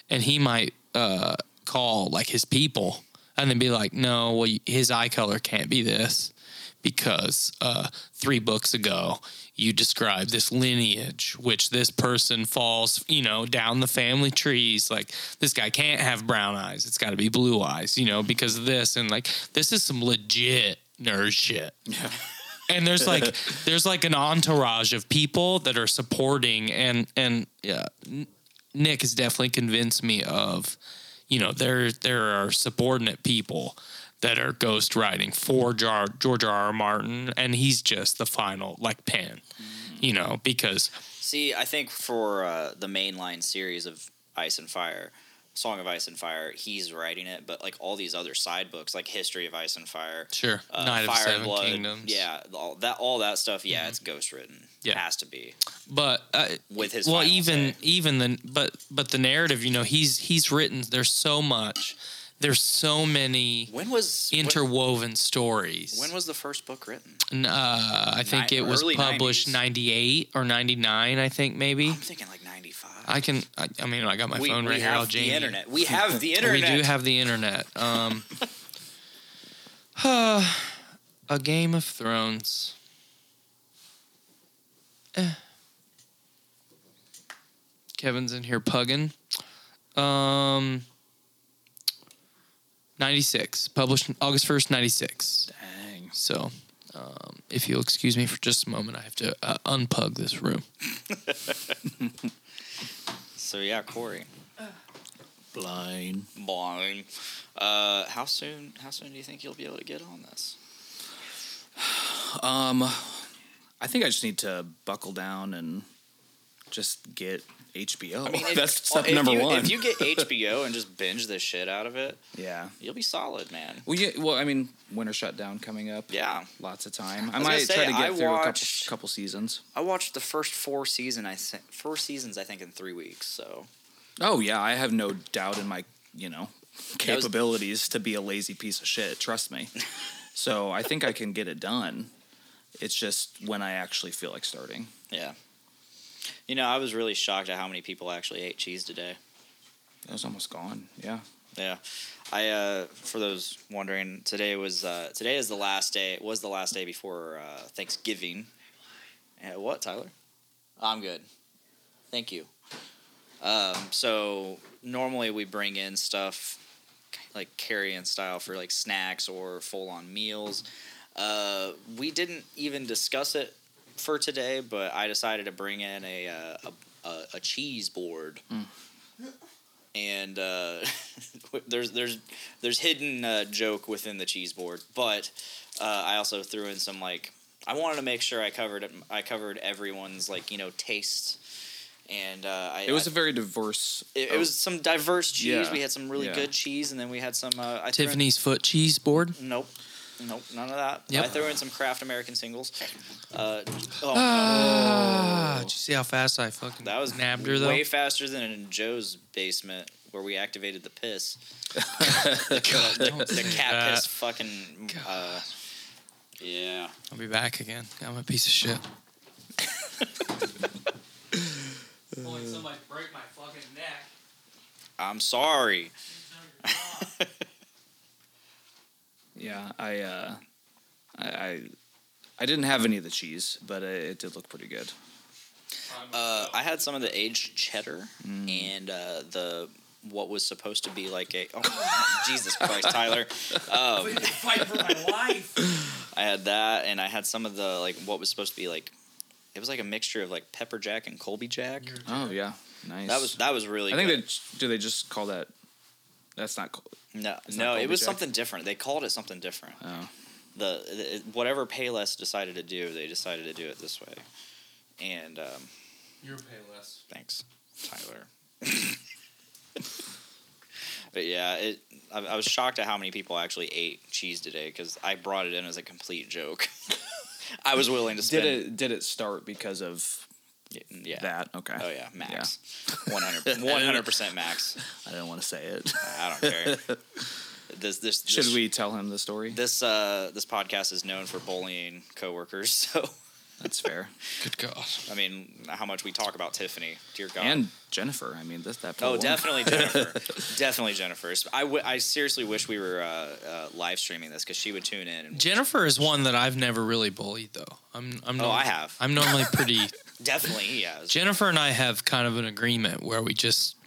B: and he might uh, call like his people and then be like, no, well, y- his eye color can't be this because uh, three books ago you described this lineage, which this person falls, you know, down the family trees. Like this guy can't have brown eyes; it's got to be blue eyes, you know, because of this. And like this is some legit nerd shit. And there's like there's like an entourage of people that are supporting and and yeah, N- Nick has definitely convinced me of, you know, there there are subordinate people that are ghostwriting for Jar, George R. R. Martin, and he's just the final like pen, you know, because
A: See, I think for uh, the mainline series of Ice and Fire, Song of Ice and Fire, he's writing it, but like all these other side books, like History of Ice and Fire,
B: sure,
A: uh,
B: Knight of
A: Fire
B: Seven
A: and Blood,
B: Kingdoms, Mm-hmm.
A: yeah, all that all that stuff, yeah, it's ghost written,
B: Yeah.
A: has to be
B: but uh,
A: with his
B: well
A: final
B: even
A: say.
B: even the but but the narrative, you know, he's he's written. There's so much, there's so many
A: When was when-
B: interwoven stories.
A: When, was the first book written?
B: N- uh, I think
A: Ni-
B: it was
A: early
B: published
A: 90s.
B: 98 or 99, I think maybe.
A: I'm thinking like ninety five.
B: I can. I, I mean, I got my phone right here. I'll
A: have
B: jam
A: the
B: you. Oh,
A: internet. We have the
B: We
A: internet.
B: do have the internet. Um, a Game of Thrones. Eh. Kevin's in here pugging. Um, ninety six, published August first, ninety six.
C: Dang.
B: So, um, if you'll excuse me for just a moment, I have to uh, unplug this room.
A: so yeah, Corey.
C: Blind.
A: Boing. Uh, how soon? How soon do you think you'll be able to get on this?
C: Um, I think I just need to buckle down and just get HBO.
A: I mean, if-
C: That's step
A: if
C: number
A: you-
C: one.
A: If you get HBO and just binge the shit out of it,
C: yeah.
A: you'll be solid, man.
C: Well, yeah, well, I mean, winter shutdown coming up.
A: Yeah.
C: lots of time. I,
A: was
C: might
A: gonna
C: try
A: say,
C: to get
A: I
C: through
A: watched-
C: a couple, couple seasons.
A: I watched the first four season. I thi- four seasons, I think, in three weeks. So
C: Oh yeah, I have no doubt in my you know
A: That was-
C: capabilities to be a lazy piece of shit. Trust me. so I think I can get it done. It's just when I actually feel like starting.
A: yeah, you know, I was really shocked at how many people actually ate cheese today.
C: That was almost gone. Yeah.
A: Yeah, I uh, for those wondering, today was uh, today is the last day. It was the last day before uh, Thanksgiving. Uh, what, Tyler? I'm good. Thank you. Um, so normally we bring in stuff like carry-in style for like snacks or full-on meals. Uh, we didn't even discuss it for today, but I decided to bring in a uh, a, a, a cheese board
C: Hmm.
A: and uh, there's there's there's hidden uh, joke within the cheese board, but uh, I also threw in some like I wanted to make sure I covered I covered everyone's like you know taste, and uh, I
C: It was
A: I-
C: a very diverse.
A: it, it was some diverse cheese.
C: Oh. Yeah.
A: We had some really
C: Yeah.
A: good cheese, and then we had some uh, I threw in-
B: Tiffany's foot cheese board.
A: Nope. Nope, none of that.
B: Yep.
A: I threw in some craft American singles. Uh, oh,
B: Ah, did you see how fast I fucking
A: that was
B: nabbed her though?
A: way faster than in Joe's basement where we activated the piss.
B: Don't
A: The
B: say
A: cat
B: that.
A: piss fucking. Uh, yeah.
B: I'll be back again. I'm a piece of shit. Pulling somebody break my fucking neck.
A: I'm sorry.
C: Yeah, I, uh, I, I, I didn't have any of the cheese, but it, it did look pretty good.
A: Uh, I had some of the aged cheddar
C: Mm.
A: and uh, the what was supposed to be like a oh Jesus Christ Tyler um,
B: Fight for my life.
A: I had that, and I had some of the like what was supposed to be like. It was like a mixture of like pepper jack and Colby Jack.
C: Oh yeah, nice.
A: That was that was really.
C: I think
A: good.
C: they do. They just call that. That's not. Cool.
A: no
C: it's not
A: no
C: Colby
A: it was
C: Jack.
A: something different. They called it something different.
C: Oh.
A: The, the it- whatever Payless decided to do, they decided to do it this way. And um,
B: You're payless.
A: thanks, Tyler. but yeah, it. I, I was shocked at how many people actually ate cheese today because I brought it in as a complete joke. I was willing to
C: Did
A: spend.
C: it did it start because of
A: Yeah.
C: that? Okay.
A: Oh yeah, max. 100 percent max.
C: I didn't want to say it.
A: I don't care. This this this,
C: Should we tell him the story?
A: This uh this podcast is known for bullying coworkers. So
C: That's fair.
B: Good God.
A: I mean, how much we talk about Tiffany, dear God.
C: and Jennifer. I mean, this that. poor
A: oh,
C: woman.
A: definitely Jennifer. definitely Jennifer. I, w- I seriously wish we were uh, uh, live streaming this because she would tune in. And
B: Jennifer is one that I've never really bullied though. I'm I'm
A: Oh,
B: norm-
A: I have.
B: I'm normally pretty
A: definitely he has.
B: Jennifer and I have kind of an agreement where we just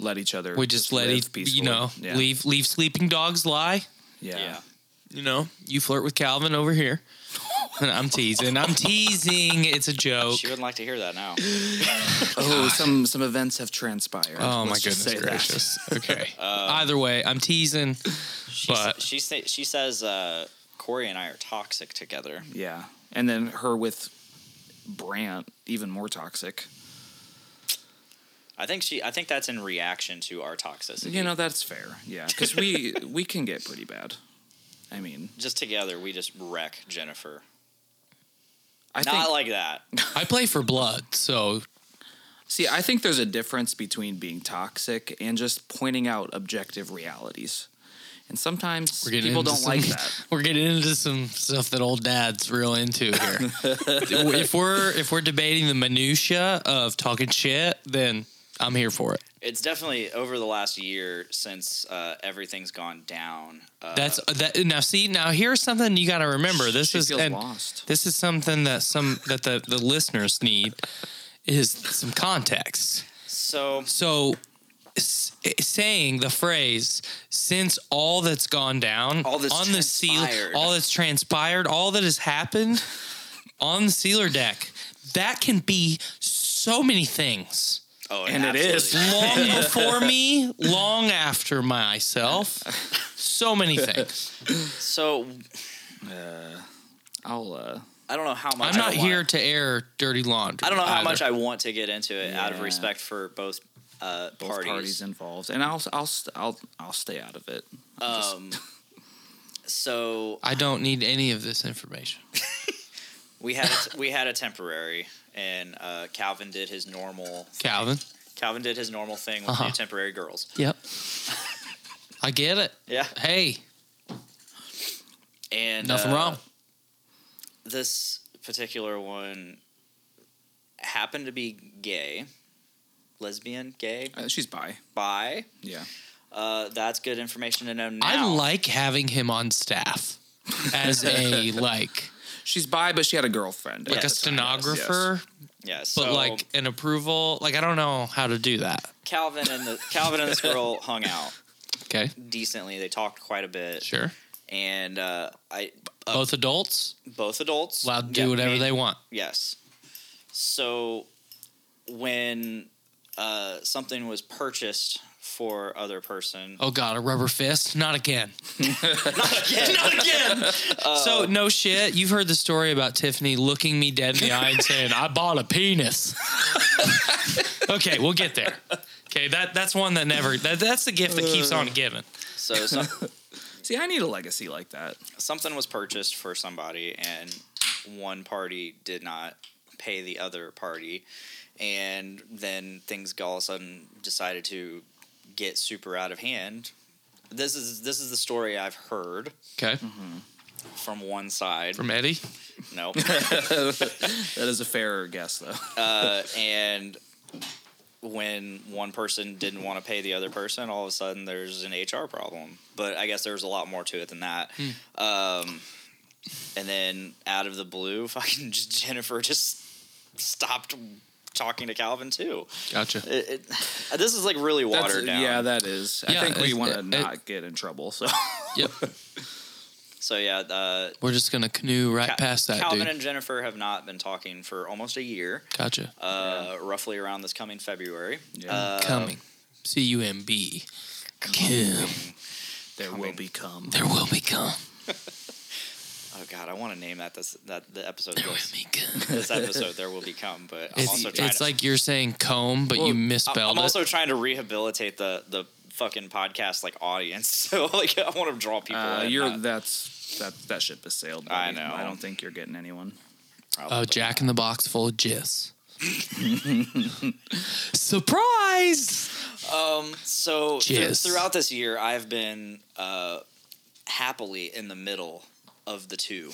C: Let each other.
B: we just, let
C: live
B: each
C: peacefully.
B: you know
C: Yeah.
B: leave leave sleeping dogs lie.
C: Yeah.
A: yeah.
B: You know, you flirt with Calvin over here. And I'm teasing. I'm teasing. It's a joke.
A: She wouldn't like to hear that now.
C: Oh, some some events have transpired.
B: Oh my
C: Let's
B: goodness
C: just say that.
B: gracious. Okay. Either way, I'm teasing.
A: She,
B: But-
A: sa- she, sa- she says uh, Corey and I are toxic together.
C: Yeah, and then her with Brant, even more toxic.
A: I think she. I think that's in reaction to our toxicity.
C: You know that's fair. Yeah, because we we can get pretty bad. I mean,
A: just together we just wreck Jennifer.
C: I
A: Not
C: think.
A: like that.
B: I play for blood, so
C: see, I think there's a difference between being toxic and just pointing out objective realities. And sometimes
B: we're getting
C: people
B: into
C: don't
B: some,
C: like that.
B: We're getting into some stuff that old dad's real into here. if we're if we're debating the minutia of talking shit, then I'm here for it.
A: It's definitely over the last year since uh, everything's gone down. Uh,
B: That's that. Now see, now here's something you got to remember. This
C: She
B: is
C: feels
B: and
C: lost.
B: this is something that some that the the listeners need is some context.
A: so.
B: So s- saying the phrase since all that's gone down
A: All that's
B: on the seal
A: transpired.
B: all that's transpired all that has happened on the sealer deck that can be so many things
A: Oh,
C: And it
A: absolutely.
C: is.
B: long before me long after myself so many things
A: So
C: I'll uh,
A: I don't know how much.
B: I'm
A: I
B: not
A: want-
B: here to air dirty laundry.
A: I don't know how
B: either.
A: much I want to get into it out of
C: Yeah.
A: respect for both, uh,
C: Both
A: parties.
C: parties involved, and I'll I'll st- I'll I'll stay out of it.
A: Um, so
B: I don't need any of this information.
A: we had a t- we had a temporary, and uh, Calvin did his normal.
B: Calvin.
A: Calvin did his normal thing with
B: Uh-huh.
A: new temporary girls.
B: Yep. I get it.
A: Yeah,
B: Hey,
A: and
B: nothing
A: uh,
B: wrong.
A: This particular one happened to be gay, lesbian, gay,
C: Uh, she's bi.
A: bi.
C: Yeah.
A: Uh, that's good information to know now.
B: I like having him on staff as a like
C: She's bi, but she had a girlfriend.
B: like
A: Yeah,
B: a
A: that's fine,
C: yes, yes.
B: stenographer,
A: yeah, so
B: but like an approval. Like I don't know how to do that.
A: Calvin and the Calvin and this girl hung out
B: Okay,
A: decently. They talked quite a bit,
B: sure.
A: and uh, I
B: Both adults
A: both adults
B: allowed to do
A: Yeah,
B: whatever
A: me-
B: they want.
A: Yes. So when uh, something was purchased for other person,
B: Oh God, a rubber fist? Not again.
A: not again. Um,
B: so no shit. You've heard the story about Tiffany looking me dead in the eye and saying, "I bought a penis." okay, we'll get there. Okay, that that's one that never. That, that's the gift that keeps on giving.
A: So some,
C: See, I need a legacy like that.
A: something was purchased for somebody, and one party did not pay the other party, and then things all of a sudden decided to get super out of hand. This is this is the story I've heard
B: Okay,
A: from one side.
B: from Eddie.
A: no.
C: That is a fairer guess, though.
A: uh, and when one person didn't want to pay the other person, all of a sudden there's an HR problem. But I guess there was a lot more to it than that.
C: Hmm.
A: Um, and then out of the blue, fucking just Jennifer just stopped talking to Calvin too.
B: Gotcha.
A: It, it, this is like really watered
C: That's-
A: down.
C: Yeah, that is.
B: Yeah,
C: I think we
B: it-
C: want
B: it-
C: to not get in trouble. So
B: Yep.
A: so yeah, uh,
B: We're just gonna canoe right
A: Ca-
B: past that,
A: Calvin
B: dude.
A: and Jennifer have not been talking for almost a year.
B: Gotcha.
A: Uh, Roughly around this coming February.
C: Yeah.
A: Uh,
B: coming. C U M B. Come.
C: there will be come.
B: There will be come.
A: Oh God, I want to name that this that the episode.
B: There will
A: goes-
B: be come.
A: this episode there will become, but I'm
B: It's,
A: also trying
B: it's
A: to,
B: like you're saying comb, but you
C: Well,
A: I-
B: misspelled
A: I'm
B: it.
A: also trying to rehabilitate the the fucking podcast like audience. So like I want to draw people.
C: Uh,
A: in,
C: you're
A: not-
C: that's that that ship has sailed.
A: I
C: buddy.
A: know.
C: I don't think you're getting anyone.
B: Oh, Jack in the Box full of jizz. Surprise!
A: Um, so thr-
B: Jizz.
A: throughout this year, I've been uh, happily in the middle of the two.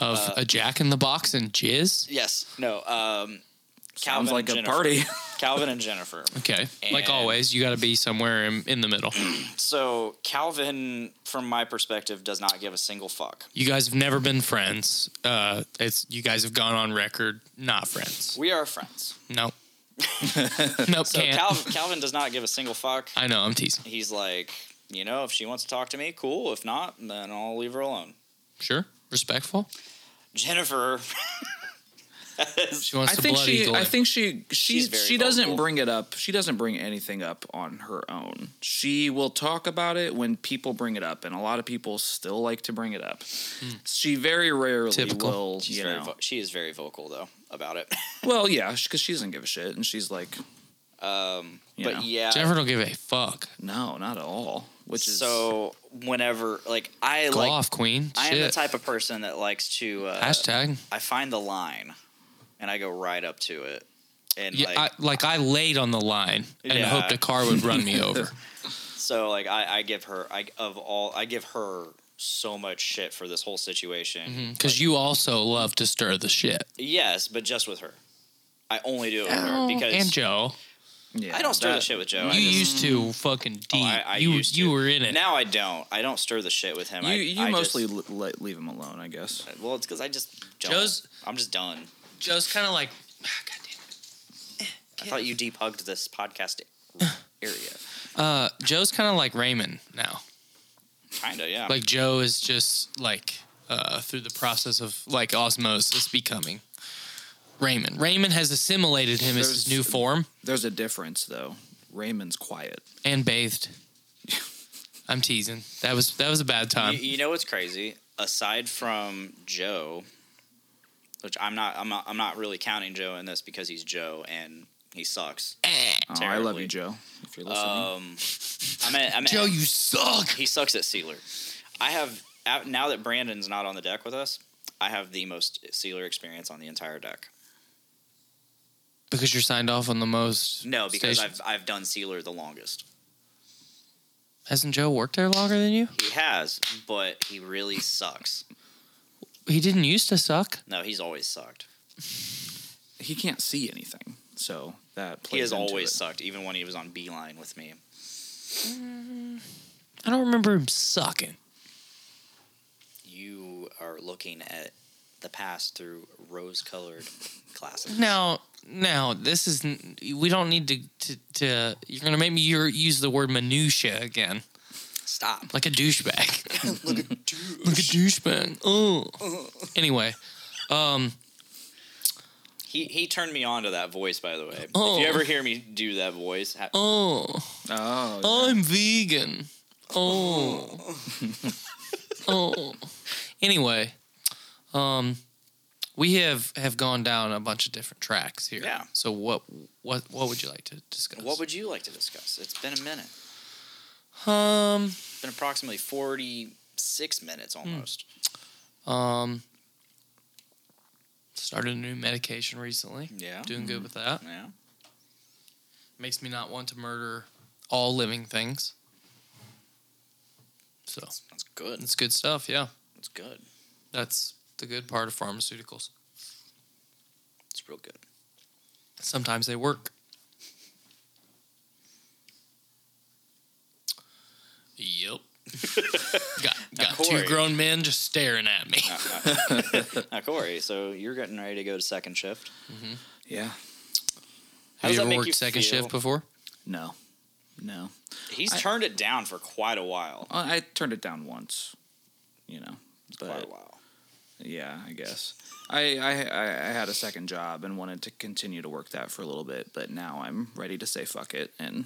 B: Of
A: Uh,
B: a Jack in the Box and jizz.
A: Yes, no. Um, Calvin
C: Sounds like
A: and
C: a
A: Jennifer.
C: party.
A: Calvin and Jennifer.
B: Okay, like
A: And-
B: always, you got to be somewhere in, in the middle.
A: So Calvin, from my perspective, does not give a single fuck.
B: You guys have never been friends. Uh, it's you guys have gone on record not friends.
A: We are friends.
B: No, nope,
A: So
B: can't.
A: Calvin, Calvin does not give a single fuck.
B: I know, I'm teasing.
A: he's like, you know, if she wants to talk to me, cool. If not, then I'll leave her alone.
B: Sure, respectful.
A: Jennifer,
B: She wants
C: I
B: to
C: think
B: bloody
C: she. I think she. She.
A: She's very
C: She doesn't
A: vocal.
C: bring it up. She doesn't bring anything up on her own. She will talk about it when people bring it up, and a lot of people still like to bring it up. She very rarely
B: Typical.
C: will.
A: she's
C: you
A: very
C: know.
A: vo- she is very vocal though about it.
C: well, yeah, because she doesn't give a shit, and she's like,
A: Um,
C: You
A: but
C: know.
A: yeah,
B: Jennifer don't give a fuck.
C: no, not at all. Which is
A: so whenever like I
B: Go
A: like,
B: off, queen.
A: I am
B: Shit.
A: the type of person that likes to uh,
B: Hashtag.
A: I find the line, and I go right up to it, and
B: Yeah,
A: like
B: I, like I laid on the line and
A: Yeah.
B: hoped a car would run me over.
A: so like I, I give her I of all I give her so much shit for this whole situation.
B: Because Hmm, you also love to stir the shit.
A: Yes, but just with her. I only do it with her because
B: Oh, and Joe,
C: yeah,
A: I don't stir the
C: that-
A: shit with Joe.
B: you
A: I just- Oh,
B: used to fucking deep.
A: I- I
B: you
A: used
B: you
A: to.
B: were in it.
A: Now I don't. I don't stir the shit with him.
C: You,
A: I,
C: you
A: I
C: mostly
A: Just,
C: li- li- leave him alone, I guess.
A: well, it's because I just don't.
B: Joe's-
A: I'm just done.
B: Joe's kind of like, "Ah, God damn it."
A: I thought you depugged this podcast area.
B: uh, Joe's kind of like Raymond now.
A: Kinda, yeah.
B: Like Joe is just like uh, through the process of like osmosis becoming Raymond. Raymond has assimilated him as his
C: There's-
B: new form
C: There's a difference, though. Raymond's quiet.
B: and bathed. I'm teasing. That was that was a bad time.
A: you, you know what's crazy? Aside from Joe, which I'm not. I'm not. I'm not really counting Joe in this because he's Joe and he sucks.
C: Oh, I love
A: Terribly.
C: you, Joe. If you're listening,
A: Um, I meant. I meant
B: Joe, you suck.
A: he sucks at sealer. I have out- now that Brandon's not on the deck with us. I have the most sealer experience on the entire deck.
B: Because you're signed off on the most.
A: No, because
B: stations.
A: I've I've done sealer the longest.
B: hasn't Joe worked there longer than you?
A: He has, but he really sucks.
B: He didn't used to suck.
A: No, he's always sucked.
C: he can't see anything, so that
A: He
C: plays
A: has
C: into
A: always
C: it.
A: sucked, even when he was on Beeline with me.
B: I don't remember him sucking.
A: You are looking at the past through rose-colored glasses.
B: Now, now this is n- we don't need to to, to you're gonna make me your, use the word minutia again,
A: stop.
B: like a douchebag.
A: Look at
B: Like a douchebag. Oh. Anyway, um,
A: He he turned me on to that voice, by the way.
B: Oh.
A: If you ever hear me do that voice, ha-
B: oh,
C: Oh,
B: I'm vegan. Oh. oh. Anyway, um, we have have gone down a bunch of different tracks here.
A: Yeah.
B: So what what what would you like to discuss?
A: what would you like to discuss? It's been a minute.
B: um
A: It's been approximately forty-six minutes almost.
B: um started a new medication recently.
A: Yeah.
B: Doing good with that.
A: Yeah.
B: Makes me not want to murder all living things. So
A: That's good.
B: it's good stuff. Yeah.
A: That's good.
B: That's the good part of pharmaceuticals.
A: It's real good.
B: Sometimes they work. Yep. got got
A: Corey.
B: two grown men just staring at me.
A: Now, Corey, so you're getting ready to go to second shift.
C: yeah.
A: How
B: Have
A: does
B: you
A: that
B: ever
A: make
B: worked
A: you
B: second
A: feel?
B: shift before?
C: No, no.
A: He's turned it down for quite a while.
C: I I turned it down once, you know.
A: quite
C: But
A: a while.
C: yeah, I guess I, I I I had a second job and wanted to continue to work that for a little bit, but now I'm ready to say fuck it, and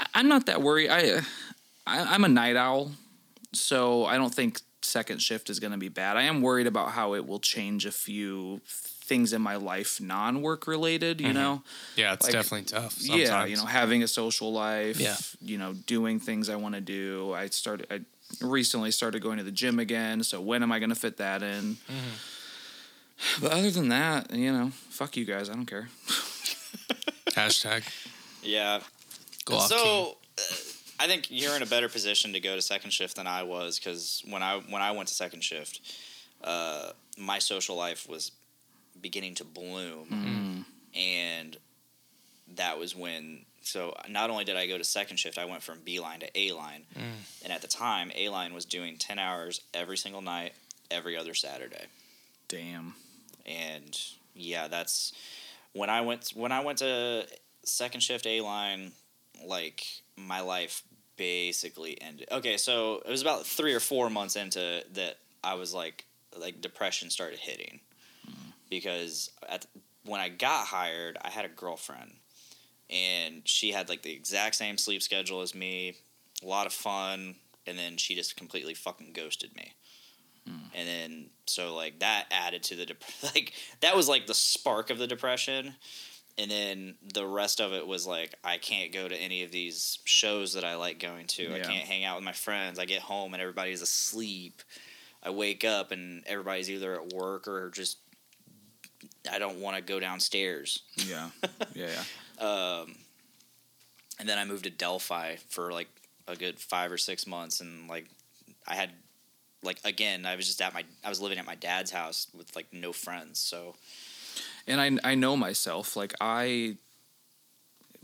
C: I- I'm not that worried. I, I I'm a night owl, so I don't think second shift is going to be bad. I am worried about how it will change a few things in my life non-work related, you know.
B: Yeah, it's
C: Like,
B: definitely tough.
C: Yeah, you know, having a social life.
B: Yeah.
C: You know, doing things I want to do. I started. I recently started going to the gym again. So when am I going to fit that in? But other than that, you know, fuck you guys. I don't care.
B: Hashtag
A: Yeah.
B: go off.
A: so
B: So,
A: uh, I think you're in a better position to go to second shift than I was because when I when I went to second shift, uh, my social life was beginning to bloom,
B: Mm-hmm.
A: and that was when. So not only did I go to second shift, I went from B line to A line,
B: Mm.
A: and at the time A line was doing ten hours every single night, every other Saturday
C: Damn.
A: and yeah that's when i went when i went to second shift a line like my life basically ended okay so it was about three or four months into that i was like like depression started hitting because at when i got hired i had a girlfriend and she had like the exact same sleep schedule as me a lot of fun and then she just completely fucking ghosted me and then so like that added to the dep- like that was like the spark of the depression and then the rest of it was like i can't go to any of these shows that i like going to i
C: Yeah.
A: can't hang out with my friends i get home and everybody's asleep i wake up and everybody's either at work or just i don't want to go downstairs
C: Yeah. Yeah. yeah.
A: um, and then I moved to Delphi for like a good five or six months, and like I had like again, I was just at my I was living at my dad's house with like no friends, so
C: And I I know myself. Like I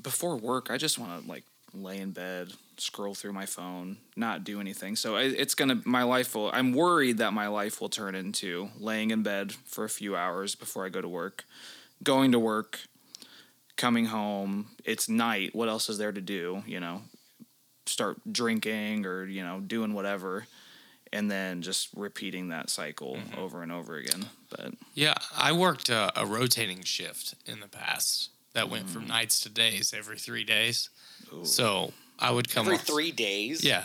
C: before work, I just want to like lay in bed, scroll through my phone, not do anything. So I, it's gonna my life will. I'm worried that my life will turn into laying in bed for a few hours before I go to work, going to work, coming home. It's night. What else is there to do? You know, start drinking or you know doing whatever. And then just repeating that cycle over and over again. But
B: yeah, I worked a, a rotating shift in the past that went from nights to days every three days. So I would come
A: every
B: off-
A: three days,
B: Yeah,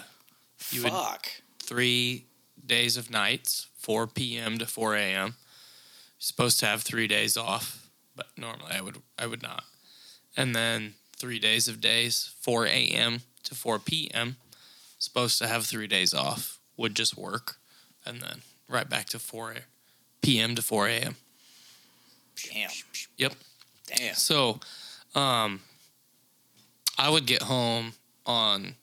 B: you would-
A: fuck,
B: three days of nights, 4 p.m. to 4 a.m. supposed to have three days off, but normally I would I would not. And then three days of days, four a.m. to four p.m. Supposed to have three days off, would just work, and then right back to four p.m. to four a.m.
A: Damn.
B: Yep.
A: Damn.
B: So, um, I would get home on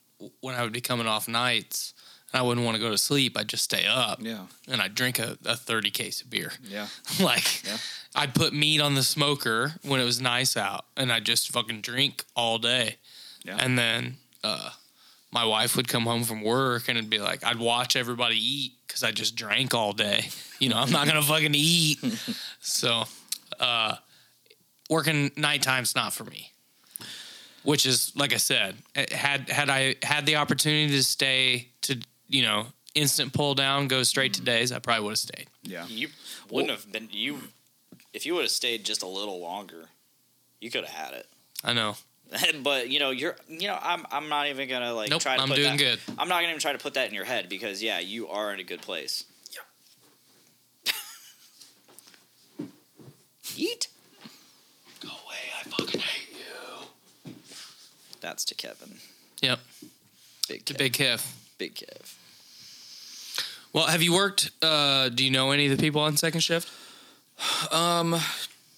B: when I would be coming off nights, and I wouldn't want to go to sleep. I'd just stay up,
C: Yeah.
B: and I'd drink a, a thirty case of beer.
C: Yeah.
B: like,
C: Yeah.
B: I'd put meat on the smoker when it was nice out, and I'd just fucking drink all day.
C: Yeah.
B: And then uh, my wife would come home from work, and it'd be like, I'd watch everybody eat because I just drank all day. You know, I'm not gonna fucking eat. So, uh, working nighttime's not for me. Which is, like I said, it- had had I had the opportunity to stay to, you know, instant pull down, go straight
C: Mm.
B: to days, I probably would have stayed.
C: Yeah.
A: You wouldn't have been you if you would have stayed just a little longer. You could have had it.
B: I know.
A: but you know you're you know I'm I'm not even gonna like
B: Nope,
A: try to
B: I'm
A: put
B: doing
A: that-
B: good.
A: I'm not gonna even try to put that in your head because yeah you are in a good place. Yeet.
B: Go away, I fucking hate you.
A: That's to Kevin.
B: Yep.
A: Big
B: To
A: Kev.
B: Big Kev.
A: big Kev.
B: Well, have you worked? Uh, do you know any of the people on second shift?
C: Um.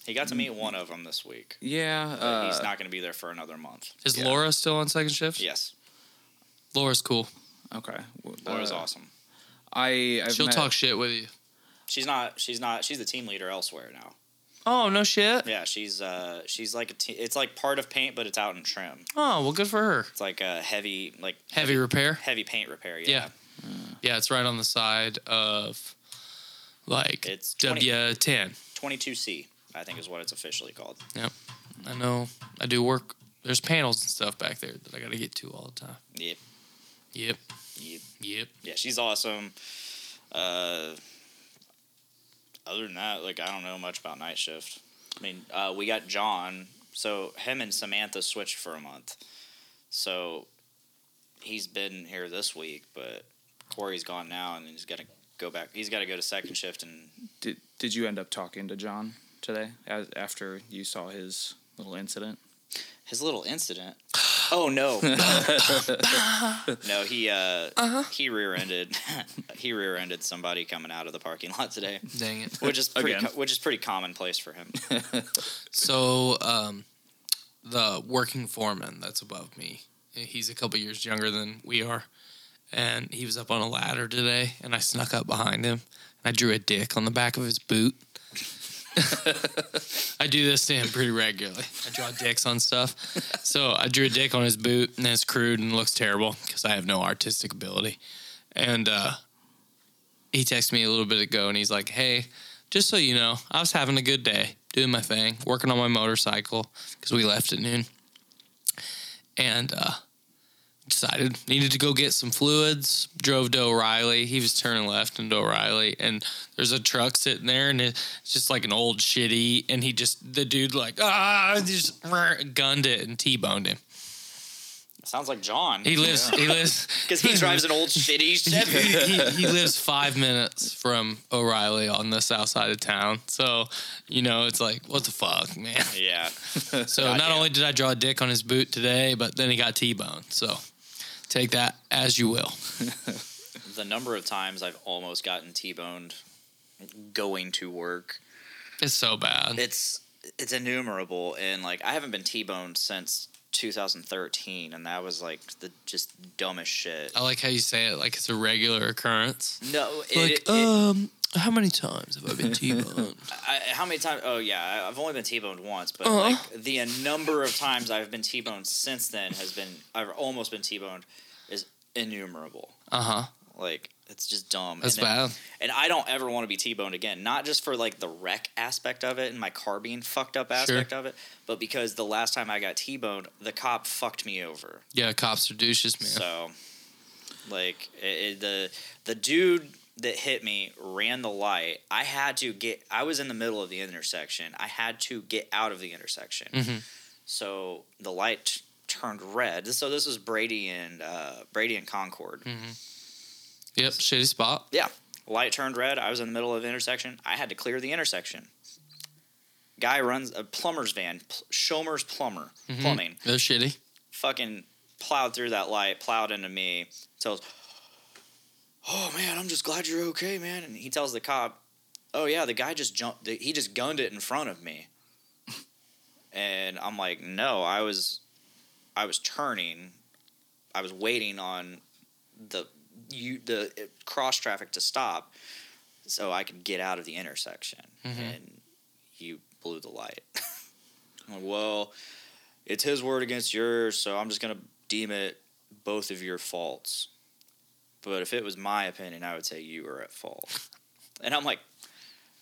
A: He got to meet one of them this week.
C: Yeah.
A: but
C: Uh,
A: he's not gonna be there for another month.
B: Is
C: Yeah.
B: Laura still on second shift?
A: Yes,
B: Laura's cool.
C: okay. W-
A: Laura's
C: uh,
A: awesome.
C: I. I've
B: She'll
C: met-
B: talk shit with you.
A: She's not. She's not. She's the team leader elsewhere now.
B: Oh, no shit.
A: Yeah, she's uh she's like a te- it's like part of paint, but it's out in trim.
B: Oh, well, good for her.
A: It's like a heavy like
B: Heavy repair.
A: heavy paint repair. Yeah,
B: Yeah. Yeah, it's right on the side of like
A: It's 20
B: W10.
A: 22C, I think is what it's officially called.
B: I know I do work. There's panels and stuff back there that I got to get to all the time.
A: Yep.
B: Yep.
A: yep.
B: Yep.
A: Yeah, she's awesome. Uh, other than that, like I don't know much about night shift. I mean, uh, we got John, so him and Samantha switched for a month, so he's been here this week, but Corey's gone now, and he's gonna go back. He's got to go to second shift and
C: Did Did you end up talking to John today as, after you saw his little incident?
A: his little incident. Oh no. no, he uh,
B: Uh-huh.
A: he rear-ended he rear-ended somebody coming out of the parking lot today,
B: Dang it.
A: which is pretty
C: Again.
A: co- which is pretty commonplace for him.
B: So, um, the working foreman that's above me, he's a couple years younger than we are, and he was up on a ladder today, and I snuck up behind him, and I drew a dick on the back of his boot. I do this to him pretty regularly. I draw dicks on stuff. So I drew a dick on his boot, and it's crude and looks terrible because I have no artistic ability. And uh, he texted me a little bit ago, and he's like, "Hey, just so you know, I was having a good day, doing my thing, working on my motorcycle because we left at noon, and uh, decided needed to go get some fluids. Drove to O'Reilly. He was turning left into O'Reilly, and there's a truck sitting there, and it's just like an old shitty. And he just the dude like ah, just gunned it and t-boned him.
A: Sounds like John.
B: He lives. He lives
A: Because he drives an old shitty Chevy.
B: he, he- he lives five minutes from O'Reilly on the south side of town. So, you know, it's like, what the fuck, man?
A: yeah.
B: So, not
A: Goddamn.
B: only did I draw a dick on his boot today, but then he got T boned. So, take that as you will.
A: The number of times I've almost gotten T-boned going to work.
B: It's so bad.
A: It's it's innumerable and like I haven't been T-boned since 2013 and that was like the just dumbest shit.
B: I like how you say it like it's a regular occurrence.
A: No, it,
B: Like,
A: it-
B: um, how many times have I been T boned?
A: I, how many times? Oh yeah, I- I've only been T-boned once, but
B: Uh-huh.
A: like the number of times I've been T-boned since then has been I've almost been T-boned is innumerable.
B: uh huh.
A: Like it's just dumb.
B: That's
A: And then-
B: bad.
A: And I don't ever want to be T-boned again. Not just for like the wreck aspect of it and my car being fucked up aspect of it, but because the last time I got T-boned, the cop fucked me over.
B: Yeah, cops are douches, man.
A: So, like it, it- the the dude that hit me ran the light. I had to get. I was in the middle of the intersection. I had to get out of the intersection.
B: Mhm.
A: So the light t- turned red. So this was Brady and uh, Brady and Concord.
B: Yep, shitty spot.
A: Yeah. Light turned red. I was in the middle of the intersection. I had to clear the intersection. Guy runs a plumber's van, Pl- Shomer's plumber,
B: Mm-hmm.
A: plumbing.
B: They're shitty.
A: Fucking plowed through that light, plowed into me. Tells, oh man, I'm just glad you're okay, man. And he tells the cop, oh yeah, the guy just jumped. He just gunned it in front of me. And I'm like, no, I was, I was turning, I was waiting on the you the uh, cross traffic to stop, so I could get out of the intersection. And you blew the light. I'm like, well, it's his word against yours, so I'm just gonna deem it both of your faults. But if it was my opinion, I would say you were at fault. And I'm like,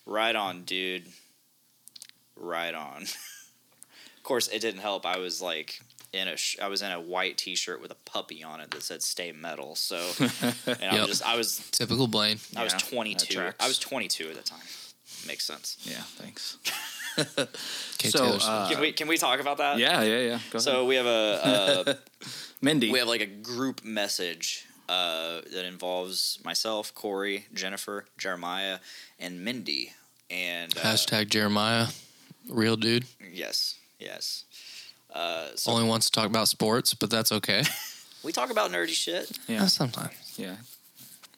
A: right on, dude. Right on. of course, it didn't help. I was like in a sh- I was in a white T-shirt with a puppy on it that said "Stay Metal." So, and I'm
B: Yep.
A: just I was
B: Typical Blaine.
A: I was
C: Yeah, that
A: 22.
C: tracks.
A: I was 22 at the time. Makes sense.
C: Yeah, thanks.
B: K.
C: So,
B: Taylor Swift.
C: uh,
A: Can we can we talk about that?
C: yeah, yeah, yeah. Go ahead.
A: So we have a, a
C: Mindy.
A: we have like a group message uh, that involves myself, Corey, Jennifer, Jeremiah, and Mindy. And uh,
B: Hashtag Jeremiah. Real dude.
A: yes, yes. Uh, so
B: Only wants to talk about sports, but that's okay.
A: we talk about nerdy shit.
C: Yeah.
B: Sometimes.
C: yeah.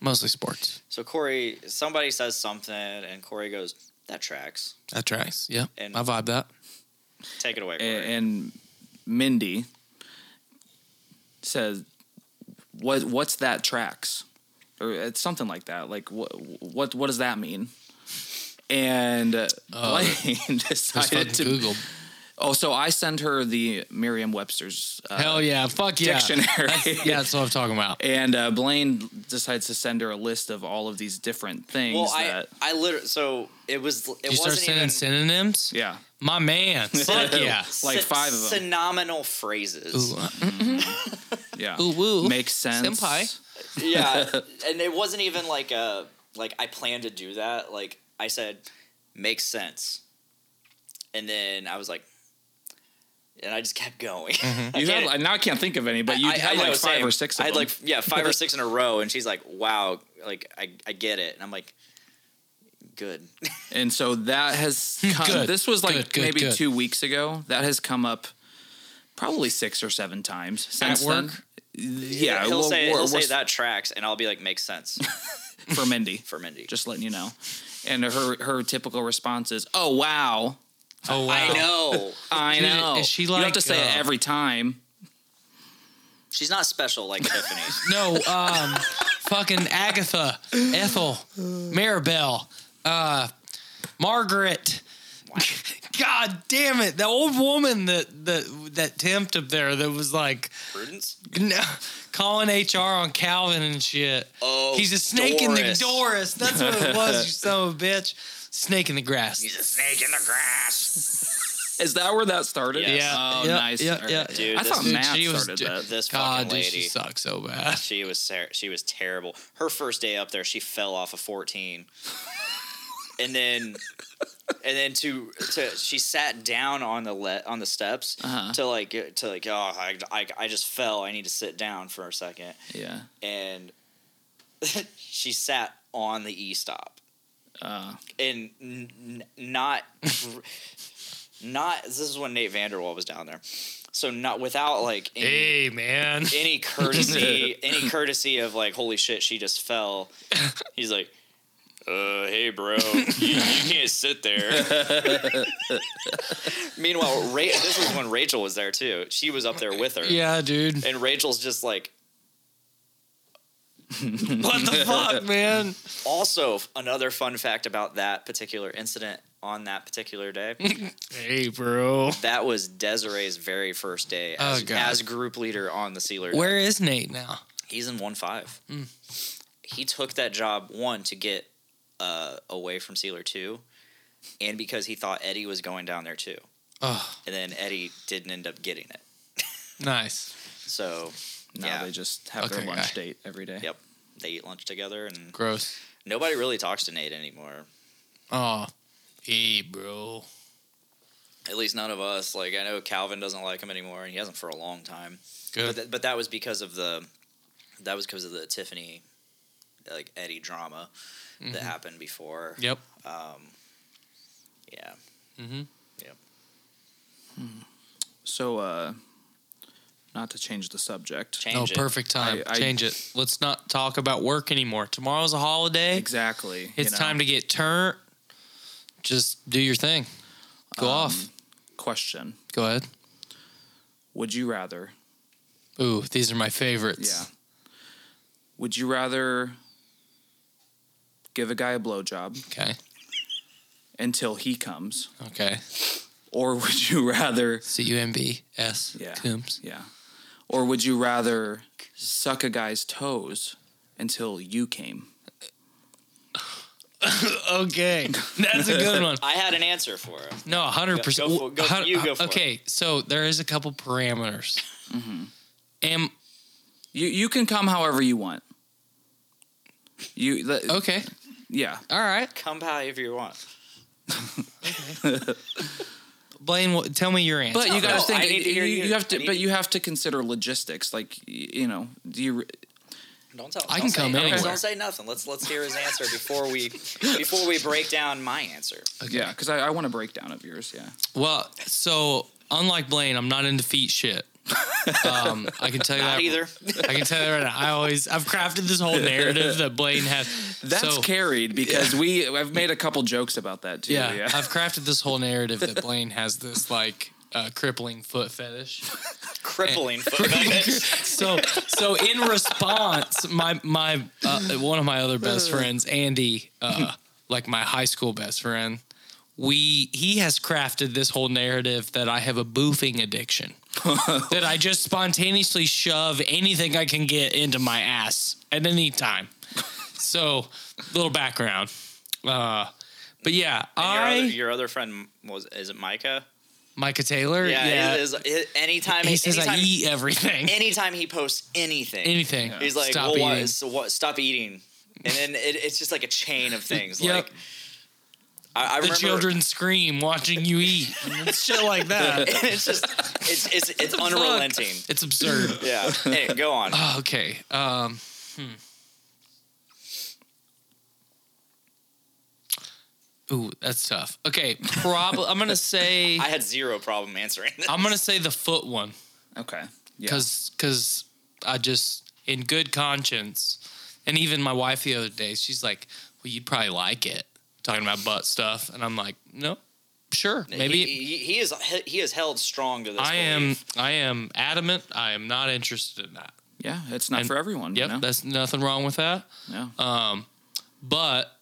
B: Mostly sports.
A: So Corey, somebody says something, and Corey goes, "That tracks."
B: That tracks. Yeah.
A: And-
B: I vibe that.
A: Take it away, Corey.
C: A- and Mindy says, "What? What's that tracks?" Or it's something like that. Like what? What? What does that mean? And uh,
B: Uh,
C: Blaine
B: Just fucking
C: decided to.
B: Google.
C: Oh, so I send her the Merriam-Webster's uh,
B: Hell yeah. Fuck yeah.
C: dictionary.
B: Yeah, that's what I'm talking about.
C: And uh, Blaine decides to send her a list of all of these different things.
A: well, I
C: that,
A: I literally so it was it
B: you start
A: wasn't
B: sending
A: even
B: synonyms?
C: yeah,
B: My man. Fuck yeah.
C: Like five of them.
A: Phenomenal phrases.
B: Ooh,
C: yeah,
B: ooh, woo.
C: makes sense.
B: Senpai.
A: yeah, and it wasn't even like a like I planned to do that. Like I said, makes sense, and then I was like, and I just kept going. I
C: Mm-hmm. You
A: can't-
C: had, now I can't think of any, but you
A: I- I
C: had
A: know,
C: like five
A: same.
C: or six. Of
A: I had
C: them.
A: like yeah, five or six in a row, and she's like, "Wow, like I, I get it," and I'm like, "Good."
C: And so that has
A: Hmm,
C: come,
B: Good,
C: this was like
B: good, good,
C: maybe
B: good.
C: two weeks ago. That has come up probably six or seven times
B: At
C: since then.
B: work.
C: Yeah,
A: he'll
C: we'll-
A: say
C: we're-
A: he'll
C: we're
A: say that tracks, and I'll be like, "Makes sense
C: for Mindy.
A: for Mindy."
C: Just letting you know. And her her typical response is, "Oh wow,
B: Oh, wow.
A: I know
C: I
B: Is-
C: know."
B: is she
C: you don't have
B: like,
C: to say it
B: uh,
C: every time.
A: she's not special like Tiffany.
B: No, um, fucking Agatha, Ethel, Maribel, uh, Margaret. God damn it! The old woman that that that temped up there that was like
A: Prudence.
B: no, calling HR on Calvin and shit.
A: Oh,
B: He's a snake in the
A: Doris.
B: Doris. That's what it was. You son of a bitch. Snake in the grass.
A: He's a snake in the grass.
C: Is that where that started?
A: Yes.
B: Yeah.
C: Oh,
B: yeah,
C: nice.
B: Yeah,
C: All right.
B: yeah.
A: Dude,
C: I
A: this
C: thought
A: is-
C: Matt
B: she was
C: started
B: ju-
C: that.
A: This
B: God,
A: fucking
B: dude,
A: lady.
B: she sucks so bad.
A: She was ter- she was terrible. Her first day up there, she fell off a fourteen, and then and then to to she sat down on the le- on the steps
C: Uh-huh.
A: to like get- to like oh I, I I just fell. I need to sit down for a second,
C: Yeah.
A: and she sat on the e stop
C: Uh,
A: and n- n- not not this is when Nate Vanderwall was down there, so not without like any,
B: Hey, man.
A: any courtesy, any courtesy of like, holy shit, she just fell. He's like, uh, hey, bro, you, you can't sit there. Meanwhile, Ra- this was when Rachel was there too. She was up there with her,
B: Yeah, dude.
A: and Rachel's just like.
B: What the fuck, man?
A: Also, another fun fact about that particular incident on that particular day.
B: Hey, bro.
A: That was Desiree's very first day as,
B: Oh, God.
A: as group leader on the Sealer.
B: Where is Nate now?
A: He's in one five.
C: Hmm.
A: He took that job one to get uh, away from Sealer two, and because he thought Eddie was going down there too,
B: Oh,
A: and then Eddie didn't end up getting it.
B: nice.
A: So
C: now
A: Yeah.
C: they just have
B: Okay,
C: their lunch
B: guy.
C: date every day.
A: yep, they eat lunch together, and
B: Gross.
A: nobody really talks to Nate anymore.
B: Oh, hey, bro.
A: At least none of us. Like I know Calvin doesn't like him anymore, and he hasn't for a long time. But,
B: Good.
A: th- but that was because of the that was because of the Tiffany like Eddie drama
C: Mm-hmm.
A: that happened before.
B: Yep.
A: Um, yeah.
B: Mm-hmm.
A: Yep.
C: So, uh, not to change the subject.
A: Change
B: No,
A: it.
B: perfect time.
C: I- I-
B: Change it. Let's not talk about work anymore. Tomorrow's a holiday.
C: Exactly. you
B: It's
C: know.
B: time to get turned. Just do your thing. Go
A: Um,
B: off.
C: question.
B: Go ahead.
C: Would you rather?
B: Ooh, these are my favorites.
C: Yeah. Would you rather give a guy a blowjob
B: Okay.
C: until he comes,
B: Okay.
C: or would you rather?
B: C U M B S.
C: Yeah.
B: Coombs.
C: Yeah. Or would you rather suck a guy's toes until you came?
B: Okay. That's a good one.
A: I had an answer for it.
B: No, hundred percent. uh,
A: Go- go for- go for- you go for it. Mm-hmm.
B: Okay, so there is a couple parameters. Am
C: You you can come however you want. You the,
B: okay.
C: yeah.
B: All right,
A: Come by if you want.
B: Blaine. wh- Tell me your answer.
C: But you got to
A: no,
C: think.
A: Oh, I need to hear
C: you,
A: you.
C: you have to,
A: I need
C: but
A: to-
C: you have to consider logistics. Like y- you know, do you?
A: Don't tell.
B: I
A: don't
B: can
A: say-
B: come
A: don't-
B: anywhere.
A: Don't say nothing. Let's let's hear his answer before we before we break down my answer.
C: Yeah, because I, I want a breakdown of yours. Yeah.
B: well, so unlike Blaine, I'm not into feet shit. Um, I can tell you
A: Not
B: that
A: either.
B: I can tell you right now. I always I've crafted this whole narrative that Blaine has.
C: That's
B: so,
C: carried because we I've made a couple jokes about that too.
B: yeah,
C: Yeah.
B: I've crafted this whole narrative that Blaine has this like uh, crippling foot fetish. Eh.
A: Crippling. foot fetish.
B: so so in response my my uh, one of my other best friends andy uh, like my high school best friend we he has crafted this whole narrative that i have a boofing addiction that i just spontaneously shove anything i can get into my ass at any time so little background uh but yeah
A: And your,
B: i
A: other, your other friend was is it Micah?
B: micah taylor
A: Yeah.
B: yeah,
A: It is, it- anytime
B: he says
A: anytime,
B: i eat everything
A: anytime he posts anything,
B: anything
A: he's like,
B: Stop
A: well, what,
B: eating.
A: so what? Stop eating. And then it, it's just like a chain of things.
B: Yep.
A: Like I, I
B: the
A: remember.
B: children scream watching you eat and it's shit like that
A: it's just it's it's it's unrelenting.
B: it's absurd
A: Yeah. Hey, go on.
B: Oh, okay um hmm. ooh that's tough okay probably i'm gonna say
A: I had zero problem answering. This.
B: i'm gonna say the foot one
C: okay. Yeah.
B: because because i just in good conscience and even my wife the other day she's like well you'd probably like it talking about butt stuff and i'm like no sure maybe
A: he, he, he is he is held strong to this.
B: I am
A: belief.
B: I am adamant. I am not interested in that.
C: yeah. It's not
B: And-
C: for everyone.
B: Yep,
C: You know?
B: that's nothing wrong with that.
C: yeah.
B: But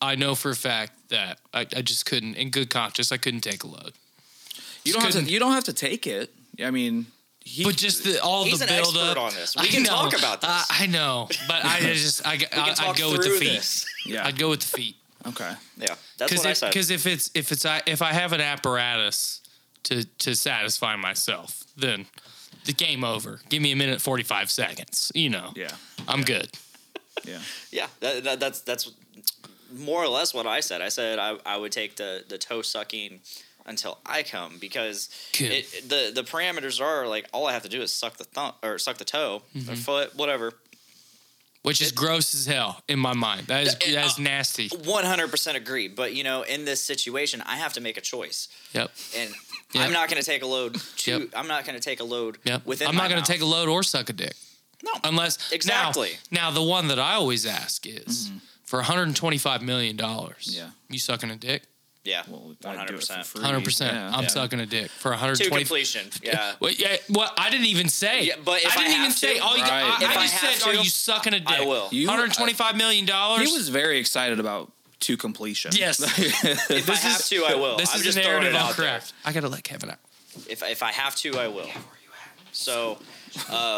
B: I know for a fact that I, I just couldn't, in good conscience, I couldn't take a load.
C: you don't have to.
B: couldn't-
C: You don't have to take it. I mean, he,
B: But just the, all
A: He's
B: the
A: an
B: build
A: expert
B: up
A: on this. We
B: I
A: can
B: know.
A: talk about this.
B: I- I know, but I just I,
A: We can
B: I,
A: talk
B: I'd go with the
A: through
B: feet.
A: this.
C: yeah.
B: I'd go with the feet
C: okay.
A: Yeah, that's
B: because
A: what I said.
B: because if it's if it's I- if I have an apparatus to to satisfy myself, then the game over. Give me a minute forty five seconds. You know,
C: Yeah.
B: I'm good.
C: Yeah.
A: Yeah, that, that, that's that's more or less what I said. I said I, I would take the the toe sucking until I come because
B: Cool.
A: it, the the parameters are like all I have to do is suck the thumb or suck the toe
B: Mm-hmm.
A: or foot whatever.
B: which is gross as hell in my mind. That is
A: Yeah,
B: that is
A: uh,
B: nasty.
A: One hundred percent agree. But you know, in this situation, I have to make a choice,
B: Yep.
A: and
B: Yeah.
A: I'm not going to take a load. To,
B: Yep.
A: I'm not going to take a load.
B: Yep.
A: Within
B: I'm
A: my
B: not going
A: mouth.
B: to take a load or suck a dick
A: no.
B: unless now-
A: Exactly. Mm-hmm.
B: Now, the one that I always ask is for 125 million dollars.
C: Yeah.
B: You sucking a dick?
A: yeah,
C: Well,
A: one hundred percent.
B: 100%.
C: Yeah.
B: I'm
C: Yeah.
B: sucking a dick for
A: To
B: 120
A: completion. Yeah.
B: Wait, yeah, what I didn't even say.
A: Yeah, but if
B: I
A: I
B: didn't even
A: have
B: say.
A: to-
B: all you,
C: Right.
B: I,
C: If
B: I
A: I
B: just
A: have
B: said, "Are
A: to,
B: you sucking a dick?"
A: I will.
C: You-
B: 125 million dollars.
C: He was very excited about to completion.
B: Yes.
A: If I have to, I will.
B: This
A: I'm
B: is
A: just
B: a
A: throwing
B: narrative
A: it
B: I'm
A: out there.
B: correct. I gotta let Kevin out.
A: If if I have to, I will. So, um,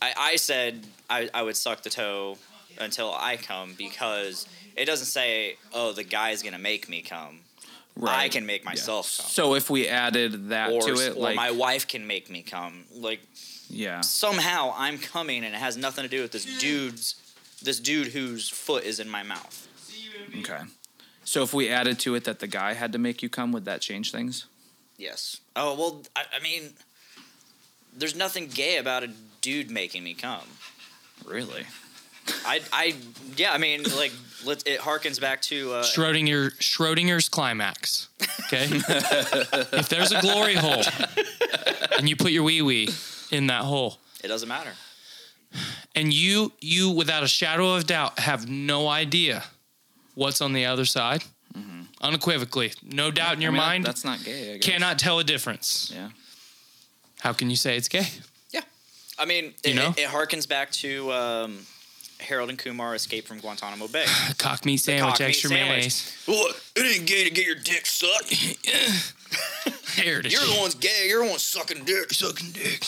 A: I I said I I would suck the toe until I come because it doesn't say oh the guy's gonna make me come. I can make myself come.
C: So if we added that
A: Or,
C: to it,
A: or
C: like
A: my wife can make me come. Like
C: yeah,
A: somehow I'm coming, and it has nothing to do with this dude's, this dude whose foot is in my mouth.
C: okay. So if we added to it that the guy had to make you come, would that change things?
A: Yes. Oh well, I, I mean, there's nothing gay about a dude making me come.
C: Really?
A: I, I, yeah, I mean, like, let, it harkens back to uh,
B: Schrodinger Schrodinger's climax. Okay. if there's a glory hole, and you put your wee wee in that hole,
A: It doesn't matter.
B: and you you without a shadow of doubt have no idea what's on the other side,
A: Mm-hmm.
B: unequivocally, no doubt in your
C: I mean, that-
B: mind,
C: That's not gay. I guess.
B: cannot tell a difference.
C: Yeah.
B: How can you say it's gay?
A: Yeah. I mean, it,
B: You know?
A: it, it harkens back to um, Harold and Kumar escape from Guantanamo Bay.
B: A cock meat sandwich,
A: cock meat
B: extra
A: sandwich.
B: mayonnaise.
A: Look, it ain't gay to get your dick sucked.
B: Hair to shit.
A: one's gay. You're the one sucking dick. Sucking dick.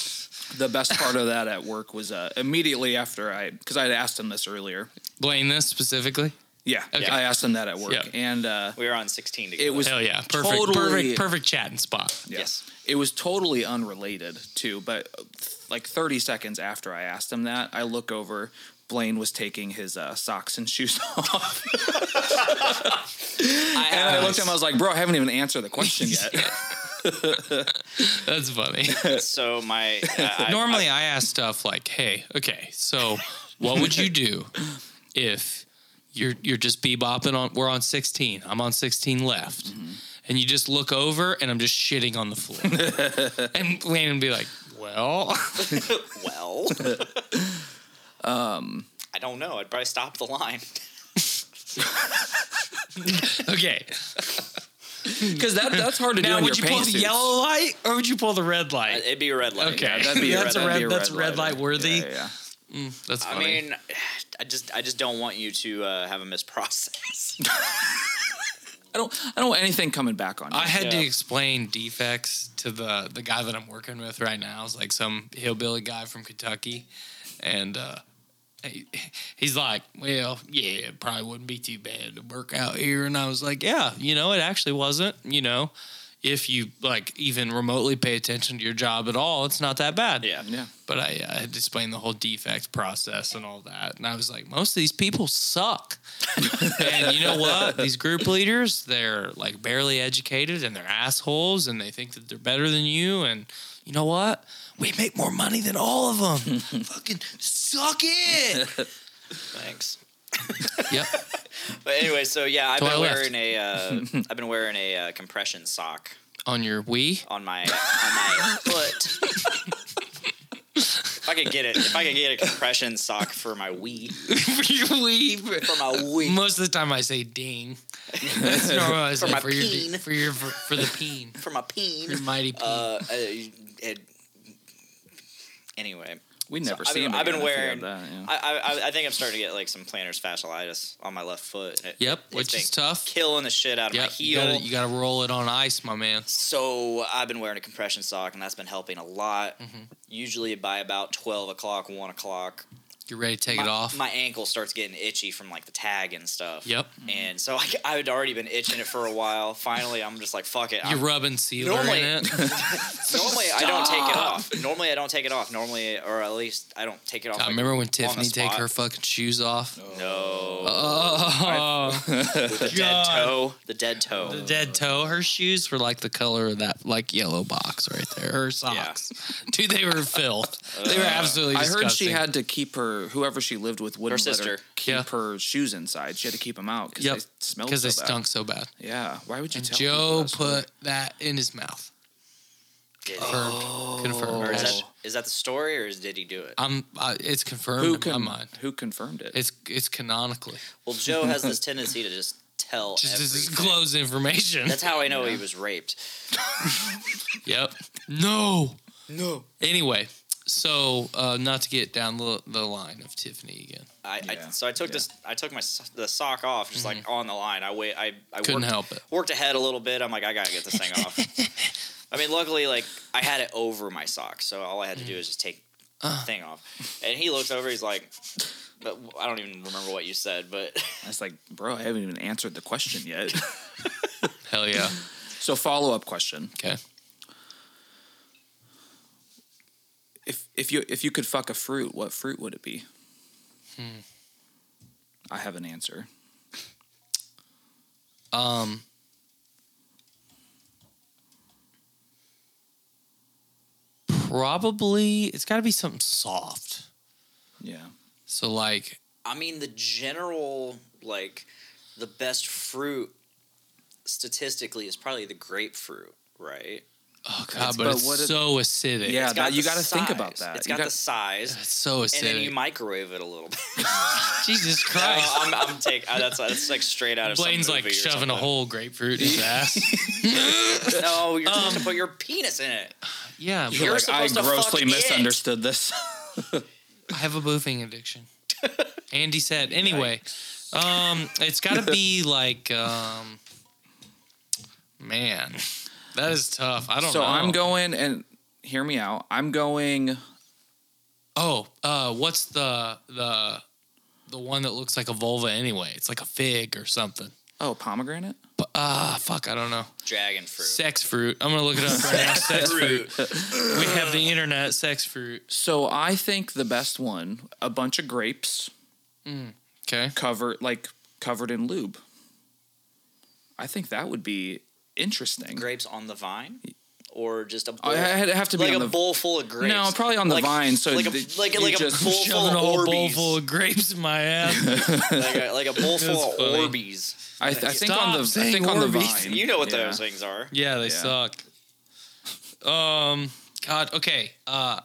C: The best part of that at work was uh, immediately after I, because I had asked him this earlier.
B: Blame this specifically.
C: Yeah,
B: Okay.
C: I asked him that at work,
B: Yeah.
C: and uh,
A: We were on 16 together.
C: it was
B: Hell yeah. Perfect.
C: Totally-
B: Perfect. Perfect chatting spot.
C: yeah.
A: Yes.
C: It was totally unrelated too, but uh, th- like 30 seconds after I asked him that, I look over. Blaine was taking his uh, socks and shoes off,
A: I
C: and I
A: have
C: looked at him. I was like, "Bro, I haven't even answered the question yet."
B: That's funny.
A: so my uh, I, I-
B: Normally, I ask stuff like, "Hey, okay, so what would you do if you're you're just bebopping on? We're on 16. I'm on 16 left,
C: Mm-hmm.
B: and you just look over, and I'm just shitting on the floor, and Landon would be like, "Well,
A: well. I don't know. I'd probably stop the line.
B: okay,
C: Because that that's hard to do
B: now
C: in
B: would
C: your
B: you pull
C: pants.
B: the yellow light or would you pull the red light?
A: It'd be a red light.
B: Okay.
C: Uh, that'd be
B: That's a
C: that'd
B: red-
C: be
B: that's red light worthy.
C: Yeah, yeah.
B: That's
A: I
B: funny.
A: mean, I just I just don't want you to uh, have a misprocess.
C: I don't I don't want anything coming back on. You.
B: I had
A: Yeah.
B: to explain defects to the the guy that I'm working with right now. Is like some hillbilly guy from Kentucky, and uh, he, he's like, "Well, yeah, it probably wouldn't be too bad to work out here." And I was like, "Yeah, you know, it actually wasn't. You know, if you like even remotely pay attention to your job at all, it's not that bad."
A: yeah.
C: yeah.
B: But I, I had to explain the whole defect process and all that. And I was like, most of these people suck. and you know what? These group leaders, they're like barely educated and they're assholes and they think that they're better than you. And you know what? We make more money than all of them. Fucking suck it.
A: Thanks.
B: yep.
A: But anyway, so yeah, I've
B: So I
A: been
B: left.
A: wearing a uh, I've been wearing a uh, compression sock
B: On your Wii.
A: on my on my foot. if I could get it, if I could get a compression sock for my wee,
B: your Wii.
A: for my wee,
B: Most of the time I say ding. That's normal. I say
A: my
B: for, your,
A: peen.
B: d- for your for, for the peen.
A: for my
B: Your
A: peen.
B: mighty peen.
A: Uh, I- it, anyway,
C: We never
A: I
C: see
A: mean,
C: him
A: I've been
C: again if he
A: wearing-
C: had that, yeah.
A: I, I I think I'm starting to get like some plantar fasciitis on my left foot. It-
B: yep,
A: it's
B: which
A: been
B: is tough.
A: Killing the shit out of my
B: Yep, you
A: heel.
B: gotta, you gotta roll it on ice, my man.
A: So I've been wearing a compression sock, and that's been helping a lot.
B: Mm-hmm.
A: Usually by about twelve o'clock, one o'clock,
B: You ready to take
A: my,
B: it off?
A: my ankle starts getting itchy from like the tag and stuff.
B: yep.
A: And so I, I had already been itching it for a while. Finally, I'm just like, fuck it.
B: You're
A: I'm,
B: rubbing sealer
A: normally-
B: in it.
A: normally I don't take it off. Normally I don't take it off. Normally, or at least I don't take it off.
B: I
A: like,
B: remember when
A: on the
B: Tiffany take
A: spot.
B: her fucking shoes off.
A: no
B: Oh,
A: the dead
B: God.
A: toe, the dead toe.
B: the dead toe. Her shoes were like the color of that like yellow box right there. Her socks, Uh, dude, they were filth. They were absolutely.
C: I heard she
B: disgusting.
C: had to keep her whoever she lived with wouldn't
A: Her
C: let her
A: sister.
C: keep
B: Yeah.
C: her shoes inside. She had to keep them out because
B: Yep.
C: they smelled
B: because
C: so
B: they
C: bad.
B: stunk so bad.
C: Yeah, why would you tell people
B: Joe
C: that story?
B: put that in his mouth.
A: Did he?
B: Confirmed.
A: Or is, that,
B: Confirmed. Oh.
A: is that the story, or is, did he do it?
B: I'm. I, it's confirmed
C: who
B: in my
C: con-
B: mind.
C: who confirmed it?
B: It's it's canonically
A: Well, Joe has this tendency to just tell.
B: just
A: everything.
B: disclose information.
A: That's how I know he was raped.
B: Yep. No.
C: no.
B: Anyway, so uh, not to get down the, the line of Tiffany again.
A: I, I
C: Yeah,
A: so I took
C: yeah.
A: this I took my s- the sock off just like on the line. I wait I I
B: Mm-hmm. Couldn't
A: worked,
B: help it.
A: worked ahead a little bit. I'm like I gotta get this thing off. I mean, luckily like I had it over my sock, so all I had
B: Mm.
A: to do is just take
B: Uh.
A: the thing off. And he looks over, he's like, but I don't even remember what you said, but
C: I was like, bro, I haven't even answered the question yet.
B: Hell yeah.
C: so follow up question:
B: Okay.
C: If if you if you could fuck a fruit, what fruit would it be?
B: Hmm.
C: I have an answer.
B: Um. Probably it's got to be something soft.
C: Yeah.
B: So like
A: I mean the general like the best fruit statistically is probably the grapefruit, right?
B: Oh god, but,
C: but
B: it's
C: what it-
B: so acidic.
C: Yeah,
B: it's,
C: that, you
A: the
C: got to think
A: size.
C: about that.
A: It's
C: You
A: got,
C: got-
A: the size,
B: it's so acidic.
A: and then you microwave it a little bit.
B: Jesus
A: Oh,
B: Christ.
A: I'm, I'm take. uh, that's that's like straight out of. some
B: Blaine's like
A: movie or
B: shoving a
A: something.
B: whole grapefruit in his ass.
A: No, you're supposed to
C: Um,
A: put your penis in it.
B: yeah,
C: You're
A: You're
B: but
C: like, I
A: supposed to fuck
C: grossly
A: it."
C: misunderstood this.
B: I have a boofing addiction. Andy said. Anyway, um, it's got to be like, um, man, that is tough. I don't
C: so
B: know.
C: I'm going and hear me out. I'm going.
B: Oh, uh, what's the the the one that looks like a vulva anyway? It's like a fig or something.
C: Oh, pomegranate.
B: But ah, fuck, I don't know.
A: Dragon fruit.
B: Sex fruit. I'm gonna look it up right now. Sex fruit. We have the internet. Sex fruit.
C: So I think the best one, a bunch of grapes
B: Okay.
C: covered like covered in lube. I think that would be interesting.
A: grapes on the vine, or just a bowl,
C: I Oh, had have to be
A: like
C: on
A: a
C: the-
A: bowl full of grapes.
C: No, probably on the
A: Like-
C: vine, so
A: like a,
C: that
A: like, a-
C: you
A: like a
C: just-
A: bowl full
B: Shoving a
A: of
B: whole bowl
A: Orbeez.
B: full of grapes in my ass.
A: like, a, like a bowl full of
B: That's funny.
A: Orbeez.
C: I, I think
B: Stop
C: on the I
B: saying
C: think on the
B: Orbeez.
C: vine.
A: You know what
C: Yeah.
A: those things are.
B: yeah, they
C: Yeah.
B: suck. Um. God. Okay. Uh,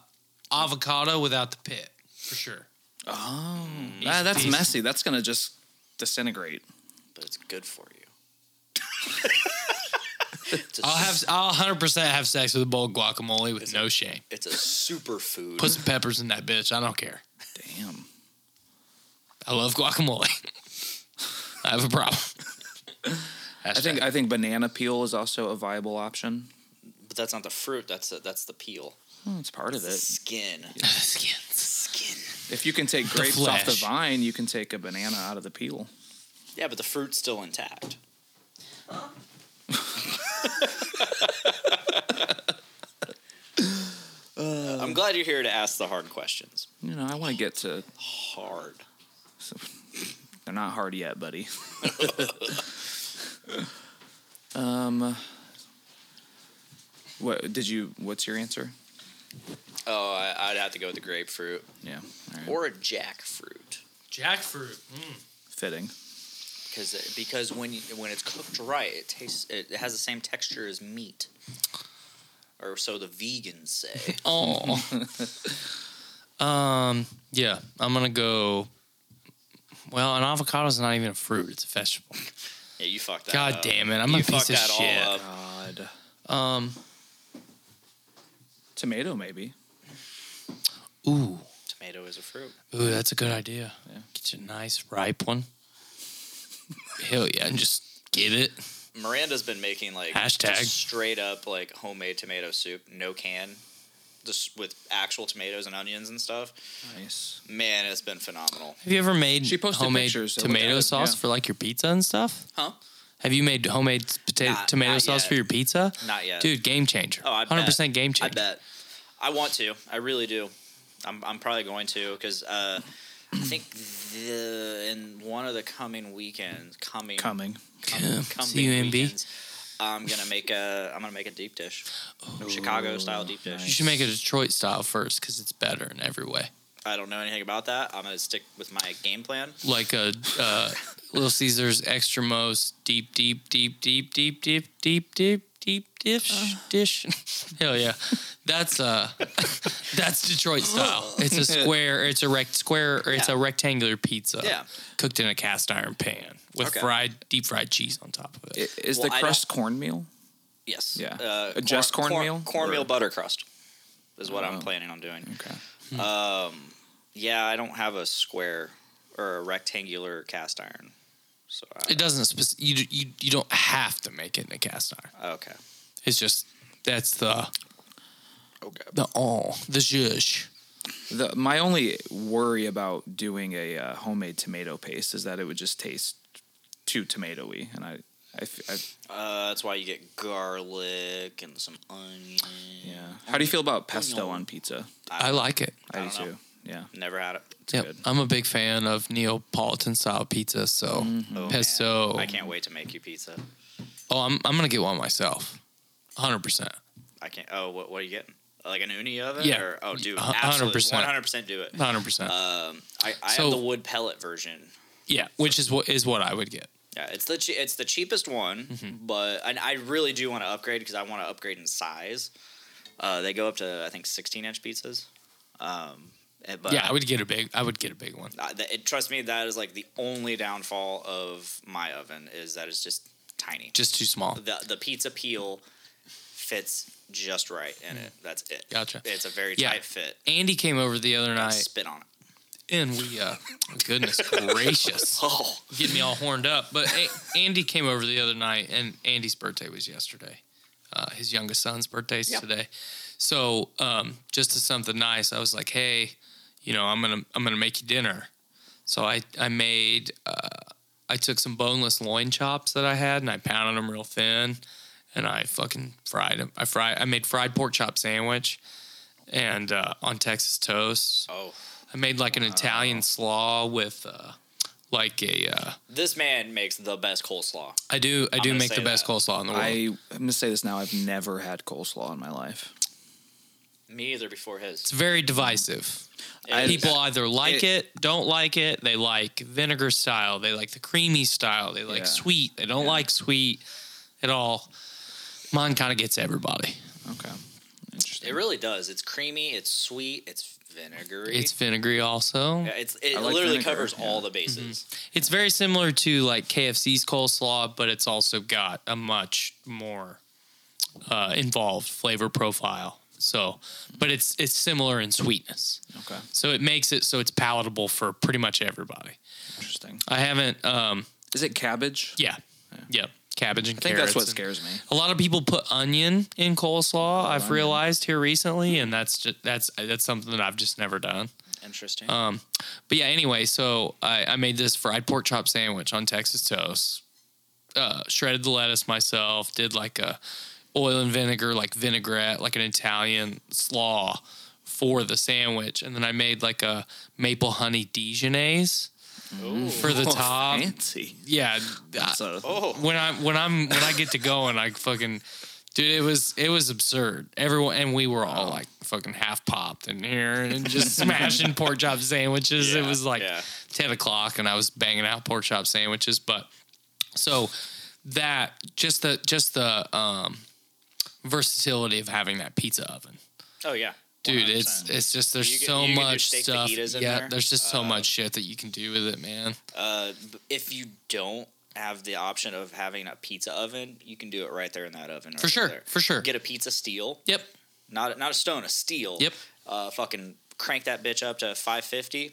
B: avocado without the pit for sure.
C: Oh, that- that's
B: Piece.
C: messy. That's gonna just disintegrate.
A: But it's good for you. it's a,
B: I'll
A: su-
B: have. I'll 100 percent have sex with a bowl of guacamole with no shame.
A: It's a superfood.
B: Put some peppers in that bitch. I don't care.
C: Damn.
B: I love guacamole. I have a problem.
C: I think I think banana peel is also a viable option.
A: But that's not the fruit. That's a, that's the peel.
C: Hmm, It's part of
A: The
C: it.
A: skin.
B: skins.
A: Skin.
C: If you can take grapes off the
B: flesh.
C: vine, you can take a banana out of the peel.
A: Yeah, but the fruit's still intact. I'm glad you're here to ask the hard questions.
C: You know, I want to get to.
A: Hard.
C: They're not hard yet, buddy. um, what did you? What's your answer?
A: Oh, I, I'd have to go with the grapefruit
C: Yeah, all right.
A: or a jackfruit
B: Jackfruit.
C: fitting.
A: because uh, because when you, when it's cooked right, it tastes it has the same texture as meat, or so the vegans say.
B: Oh.
A: Oh.
B: um. Yeah, I'm gonna go. Well, an avocado's not even a fruit; it's a vegetable.
A: yeah, you fucked that.
B: God
A: up.
B: damn it! I'm
A: you
B: a piece
A: fucked
B: of
A: that
B: shit.
A: all up.
C: God,
B: Um.
C: tomato maybe.
B: Ooh.
A: Tomato is a fruit.
B: Ooh, that's a good idea.
C: Yeah.
B: Get you a nice ripe one. Hell yeah, and just get it.
A: Miranda's been making like
B: Hashtag.
A: just straight up like homemade tomato soup, no can, just with actual tomatoes and onions and stuff.
C: Nice.
A: Man, it's been phenomenal.
B: Have you ever made
C: She posted
B: homemade
C: pictures, so look at
B: tomato
C: it,
B: sauce
C: yeah.
B: for like your pizza and stuff?
A: Huh?
B: Have you made homemade potato
A: Not-
B: tomato
A: not
B: sauce
A: yet.
B: for your pizza?
A: Not yet.
B: Dude, game changer.
A: Oh, I bet.
B: 100% game
A: I
B: changer.
A: bet. I want to. I really do. I'm, I'm probably going to because uh, I think the in one of the coming weekends, coming
C: Coming.
A: coming, coming
B: CUMB.
A: weekends, I'm gonna make a I'm gonna make a deep dish, Chicago style deep dish.
C: Oh. nice.
B: You should make a Detroit style first because it's better in every way.
A: I don't know anything about that. I'm gonna stick with my game plan.
B: Like a uh, Little Caesars extra most deep, deep, deep, deep, deep, deep, deep, deep, deep dish dish. Hell yeah, that's uh, that's Detroit style. It's a square. It's a rect square. Or it's
A: Yeah.
B: a rectangular pizza.
A: Yeah.
B: cooked in a cast iron pan with
A: Okay.
B: fried deep fried cheese on top of it.
C: I- Is
A: Well,
C: the
A: I don't-
C: crust cornmeal?
A: Yes.
C: Yeah.
A: Uh,
C: Uh, just cornmeal,
A: cornmeal
C: or-
A: butter crust is what I'm
C: Oh.
A: planning on doing.
C: Okay.
A: Um, yeah, I don't have a square or a rectangular cast iron. So I,
B: It doesn't. Spec- you, you you don't have to make it in a cast iron.
A: okay.
B: It's just that's the
A: Okay.
B: the all the zhuzh.
C: The, my only worry about doing a uh, homemade tomato paste is that it would just taste too tomatoey, and I, I f- I-
A: Uh, that's why you get garlic and some onion.
C: yeah. How do you feel about pesto on pizza?
B: I like it.
C: I,
A: I
C: do
A: don't
C: too.
A: know.
C: Yeah.
A: Never had it.
B: Yep.
C: good.
B: I'm a big fan of Neapolitan style pizza, so
A: Oh, man.
B: pesto.
A: I can't wait to make you pizza.
B: Oh, I'm I'm gonna get one myself. 100%.
A: I can't. Oh, what, what are you getting? Like an uni oven?
B: Yeah.
A: Or, oh, dude,
B: A hun-
A: absolutely,
B: 100%.
A: 100% do it.
B: 100%.
A: Um, I, I
B: So-
A: have the wood pellet version.
B: yeah, which is what is what I would get.
A: Yeah, it's the che- it's the cheapest one,
B: Mm-hmm.
A: but and I really do want to upgrade because I want to upgrade in size. Uh, they go up to I think sixteen inch pizzas. Um, and- but
B: yeah, I would get a big. I would get a big one.
A: I- Uh, th- it- trust me, that is like the only downfall of my oven is that it's just tiny.
B: Just too small.
A: The the pizza peel fits just right in it. That's it.
B: Mm. Gotcha.
A: It's a very
B: Yeah.
A: tight fit.
B: Andy came over the other night,
A: Spit on it.
B: and we. Uh, goodness gracious,
A: Oh,
B: get me all horned up. But a- Andy came over the other night, and Andy's birthday was yesterday. Uh, his youngest son's birthday is
A: Yeah.
B: today. So um, just as something nice, I was like, "Hey, you know, I'm gonna I'm gonna make you dinner." So I I made uh, I took some boneless loin chops that I had and I pounded them real thin, and I fucking fried them. I fried I made fried pork chop sandwich, and uh, on Texas toast.
A: oh.
B: I made like an Italian slaw with uh, like a. Uh,
A: This man makes the best coleslaw.
B: I do. I do
A: gonna
B: make the
A: say
B: best
A: that.
B: coleslaw in the world.
C: I, I'm gonna say this now. I've never had coleslaw in my life.
A: Me either before his.
B: it's very divisive.
C: I-
B: People either like
C: it-
B: it, don't like it. They like vinegar style. They like the creamy style. They like
C: Yeah.
B: sweet. They don't like sweet at all. Mine kind of gets everybody.
C: Okay.
A: It
C: Interesting.
A: really does. It's creamy. It's sweet. It's vinegary.
B: It's vinegary also.
A: yeah, it's it
C: I like
A: literally
C: vinegar,
A: covers
C: yeah.
A: all the bases.
B: It's very similar to like KFC's coleslaw, but it's also got a much more uh, involved flavor profile. So, but it's it's similar in sweetness.
C: Okay.
B: So it makes it so it's palatable for pretty much everybody.
C: Interesting.
B: I haven't. Um,
C: Is it cabbage?
B: yeah, yeah. Cabbage and
C: I think
B: carrots.
C: that's what
B: and-
C: scares me.
B: A lot of people put onion in coleslaw. I've
C: onion.
B: realized here recently, and that's just, that's that's something that I've just never done.
A: Interesting.
B: Um, but yeah, anyway, so I, I made this fried pork chop sandwich on Texas toast. Uh, shredded the lettuce myself. Did like a oil and vinegar, like vinaigrette, like an Italian slaw for the sandwich, and then I made like a maple honey Dijonnaise for the
C: Oh,
B: top.
C: fancy.
B: Yeah, I-
C: So,
A: oh,
B: when I when I'm when I get to going, I fucking dude, it was it was absurd. Everyone and we were
A: Oh.
B: all like fucking half popped in here and just smashing pork chop sandwiches. it
A: Yeah,
B: was like
A: yeah.
B: ten o'clock, and I was banging out pork chop sandwiches. But so that just the just the um, versatility of having that pizza oven.
A: oh yeah,
B: Dude, it's
A: 100%.
B: it's just there's
A: You can-
B: so
A: you can do
B: much
A: steak
B: stuff.
A: fajitas in
B: yeah,
A: there.
B: there's just so much shit that you can do with it, man.
A: Uh, b- if you don't have the option of having a pizza oven, you can do it right there in that oven.
B: For
A: right
B: sure,
A: there.
B: for sure.
A: Get a pizza steel,
B: Yep.
A: not not a stone, a steel.
B: Yep.
A: Uh, fucking crank that bitch up to five fifty.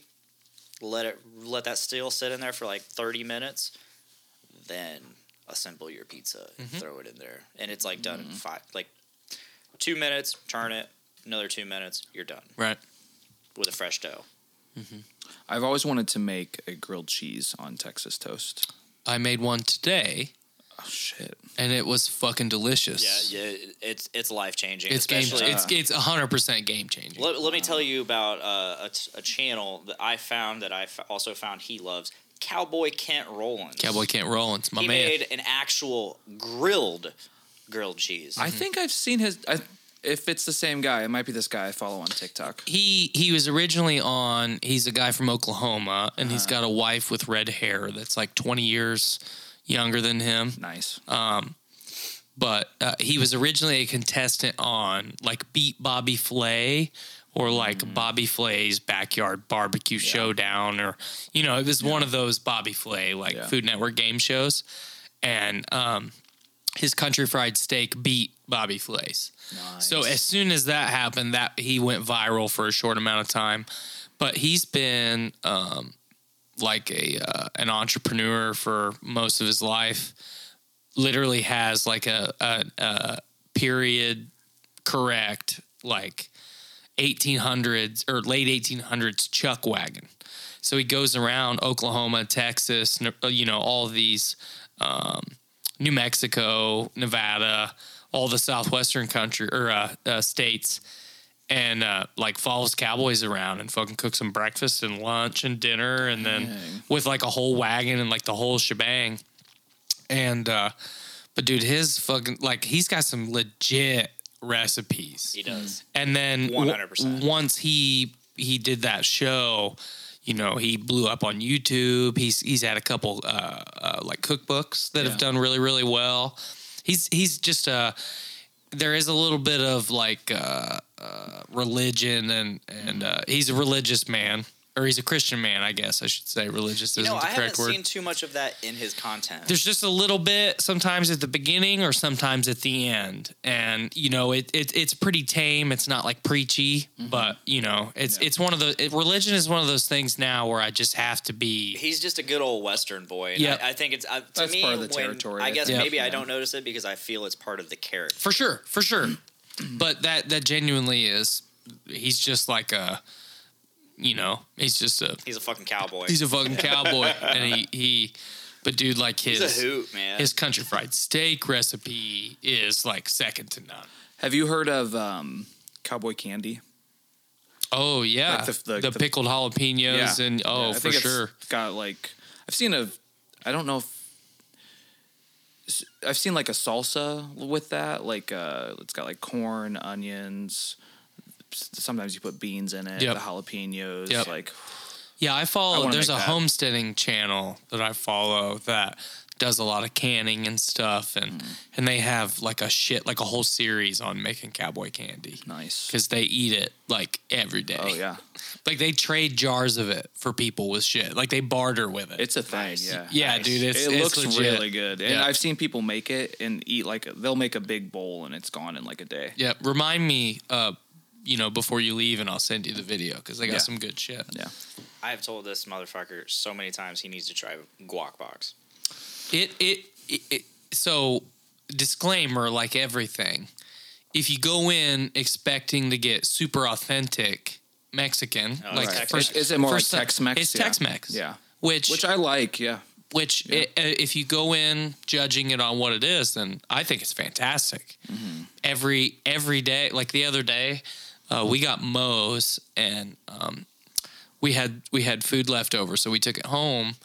A: Let it let that steel sit in there for like thirty minutes, then assemble your pizza and
B: Mm-hmm.
A: throw it in there, and it's like done in five like two minutes. Turn it another two minutes, you're done
B: Right.
A: with a fresh dough.
C: I've always wanted to make a grilled cheese on Texas toast.
B: I made one today.
C: Oh shit.
B: and it was fucking delicious.
A: Yeah, uh, yeah it's it's life changing.
B: It's game. It's it's hundred percent game changing.
A: Let, let me tell you about uh, a, t- a channel that I found that I f- also found he loves Cowboy Kent Rollins.
B: Cowboy Kent Rollins, my
A: He
B: man.
A: made an actual grilled grilled cheese.
C: I think I've seen his. I, if it's the same guy, it might be this guy I follow on TikTok.
B: he he was originally on. He's a guy from Oklahoma, and he's
A: Uh-huh.
B: got a wife with red hair that's like twenty years younger than him.
C: Nice.
B: But uh, he was originally a contestant on like Beat Bobby Flay or like
C: Mm-hmm.
B: Bobby Flay's Backyard Barbecue Showdown, or you know, it was one of those Bobby Flay like
C: Yeah.
B: Food Network game shows, and um, his country fried steak beat Bobby Flay's.
C: nice.
B: So as soon as that happened, that he went viral for a short amount of time, but he's been um, like a uh, an entrepreneur for most of his life. Literally has like a, a, a period correct like 1800s or late 1800s chuck wagon. So he goes around Oklahoma, Texas, Ne- you know, all these um, New Mexico, Nevada, all the southwestern country or uh, uh, states, and uh, like follows cowboys around and fucking cooks them breakfast and lunch and dinner, and then
C: Dang.
B: with like a whole wagon and like the whole shebang. And uh, but dude, his fucking like he's got some legit recipes
A: he does.
B: and then w-
A: 100%.
B: once he he did that show you know, he blew up on YouTube. He's he's had a couple uh, uh, like cookbooks that have
C: Yeah.
B: done really really well. He's he's just uh there is a little bit of like uh, uh, religion and and uh, he's a religious man or he's a Christian man, I guess I should say. Religious
A: You
B: isn't
A: know,
B: the
A: I haven't
B: correct word.
A: seen too much of that in his content.
B: there's just a little bit sometimes at the beginning or sometimes at the end and you know it, it it's pretty tame it's not like preachy
A: Mm-hmm.
B: but you know it's it's one of the it, religion is one of those things now where i just have to be
A: He's just a good old Western boy. and
B: Yep.
A: I, I think it's uh, to
C: That's
A: me,
C: part of the
A: when-
C: territory,
A: I
C: I
A: guess
B: think,
A: maybe I
C: yeah.
A: don't notice it because I feel it's part of the character.
B: for sure for sure but that that genuinely is he's just like a you know he's just a
A: He's a fucking cowboy.
B: he's a fucking cowboy and he he but dude like
A: He's a
B: his
A: hoot, man.
B: his country fried steak recipe is like second to none
C: Have you heard of um, cowboy candy?
B: Oh yeah,
C: Like
B: the,
C: the- the- the-
B: pickled jalapenos
C: Yeah.
B: and oh
C: Yeah, I
B: for
C: think it's
B: sure.
C: Got like I've seen a I don't know if s- I've seen like a salsa with that like uh it's got like corn, onions, s- sometimes you put beans in it,
B: Yep.
C: the jalapenos
B: Yep.
C: like
B: Yeah, I follow.
C: wanna
B: there's a
C: make that.
B: homesteading channel that I follow that does a lot of canning and stuff, and
C: Mm.
B: and they have like a shit like a whole series on making cowboy candy
C: nice.
B: because they eat it like every day.
C: Oh yeah.
B: like they trade jars of it for people with shit. Like they barter with it.
C: It's a thing,
A: Nice.
C: yeah.
B: yeah, dude. It's,
C: it
B: it's
C: looks
B: legit.
C: really good. And
B: Yeah.
C: I've seen people make it and eat like they'll make a big bowl and it's gone in like a day.
B: Yeah, remind me, uh, you know, before you leave, and I'll send you the video because they got
C: Yeah.
B: some good shit.
C: Yeah.
A: I've told this motherfucker so many times he needs to try guac box.
B: It, it it it so disclaimer like everything. If you go in expecting to get super authentic Mexican,
A: Oh,
B: like
A: right.
B: first,
A: Tex-Mex.
C: Is it more like
B: first-
C: Tex-Mex?
B: It's
C: Yeah.
B: Tex-Mex.
C: Yeah.
B: Which
C: Which
B: which,
C: I like, yeah.
B: i- uh, if you go in judging it on what it is, then I think it's fantastic. Every every day, like the other day, uh, we got Moe's and um, we had we had food left over, so we took it home.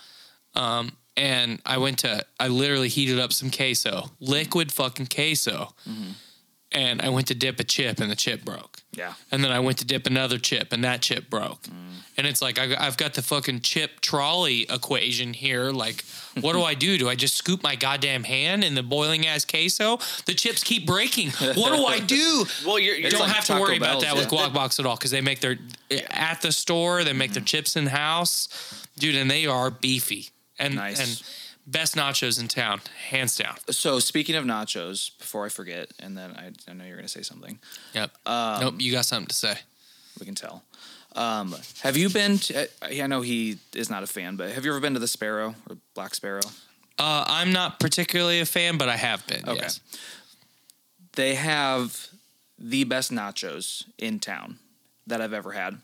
B: Um, and I went to I literally heated up some queso, liquid fucking queso, and I went to dip a chip, and the chip broke.
C: Yeah.
B: And then I went to dip another chip, and that chip broke.
C: Mm.
B: And it's like I, I've got the fucking chip trolley equation here. Like, what do I do? Do I just scoop my goddamn hand in the boiling ass queso? The chips keep breaking. What do I do?
A: Well, you're, you're
B: You don't
C: like
B: have to
C: Taco
B: worry about
C: Bell's,
B: that with
C: yeah. Mm-hmm.
B: Guac Box at all because they make their at the store. They make their chips in house, dude, and they are beefy and
C: Nice.
B: and best nachos in town, hands down.
C: So speaking of nachos, before I forget, and then I, I know you're going to say something.
B: Yep. nope.
C: Um,
B: You got something to say?
C: We can tell. Um, have you been? To, I I know he is not a fan, but have you ever been to the Sparrow or Black Sparrow?
B: Uh, I'm not particularly a fan, but I have been.
C: Okay.
B: Yes.
C: They have the best nachos in town that I've ever had.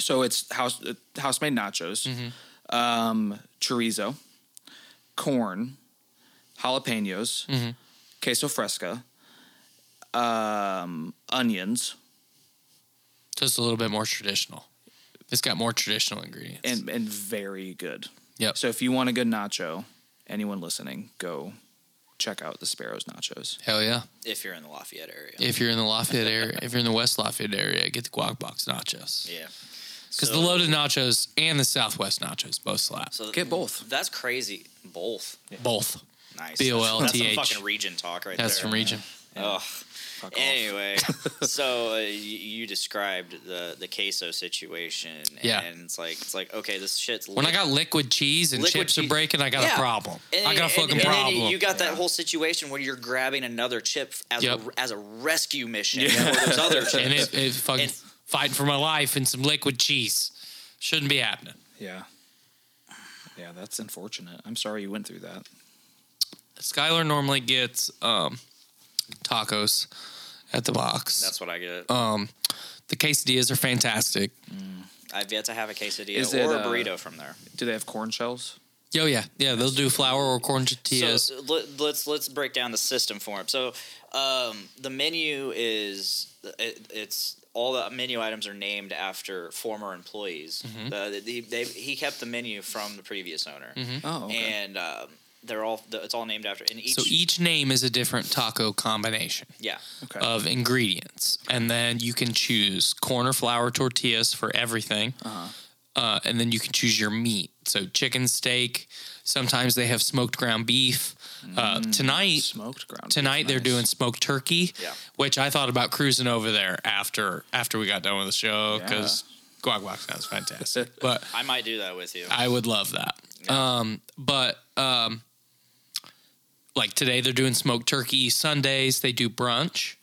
C: So it's house uh, house made nachos, um, chorizo, corn, jalapenos, queso fresca, um, onions,
B: just a little bit more traditional. It's got more traditional ingredients.
C: and and very good.
B: Yep.
C: So if you want a good nacho, anyone listening, go check out the Sparrows Nachos.
B: Hell yeah!
A: if you're in the Lafayette area.
B: If you're in the Lafayette area, if you're in the West Lafayette area, get the Guac Box nachos
A: yeah.
B: because
A: So-
B: the loaded nachos and the Southwest nachos both slap.
A: so
C: Get both.
A: That's crazy. Both.
B: Both.
A: Nice.
B: B-O-L-T-H.
A: That's some fucking region talk right
B: That's
A: there.
B: from region.
A: Ugh.
C: Fuck off.
A: Anyway, so uh, you, you described the the queso situation, and
B: Yeah.
A: it's like it's like okay, this shit's
B: When I got liquid cheese and
A: Liquid
B: chips are
A: cheese.
B: breaking, I got
A: Yeah.
B: a problem.
A: And-
B: I got a
A: and-
B: fucking
A: and then
B: problem.
A: you got that whole situation where you're grabbing another chip as
B: Yep.
A: a, as a rescue mission for those other chips.
B: and it, it fucking
A: And-
B: fighting for my life and some liquid cheese shouldn't be happening.
C: Yeah. Yeah, that's unfortunate. I'm sorry you went through that.
B: Skylar normally gets um, tacos at the box.
A: That's what I get.
B: um, the quesadillas are fantastic.
A: I've yet to have a quesadilla
C: Is it,
A: or a
C: uh,
A: burrito from there.
C: Do they have corn shells?
B: Oh yeah, yeah. They'll do flour or corn tortillas.
A: So let, let's let's break down the system for him. So um, the menu is it, it's all the menu items are named after former employees.
B: Mm-hmm.
A: The- the- they- he kept the menu from the previous owner,
C: Oh, okay.
A: and um, they're all it's all named after. And each,
B: Mm-hmm. so e-, each name is a different taco combination
A: yeah,
C: okay.
B: of ingredients, and then you can choose corn or flour tortillas for everything.
C: Uh-huh.
B: uh, and then you can choose your meat. So chicken, steak. Sometimes they have smoked ground beef. Uh, tonight,
C: Mm, Smoked ground. beef,
B: tonight they're
C: nice.
B: doing smoked turkey,
A: Yeah.
B: which I thought about cruising over there after after we got done with the show because guac guac sounds fantastic. but
A: I might do that with you.
B: I would love that. Um, but um, like today, they're doing smoked turkey Sundays. They do brunch,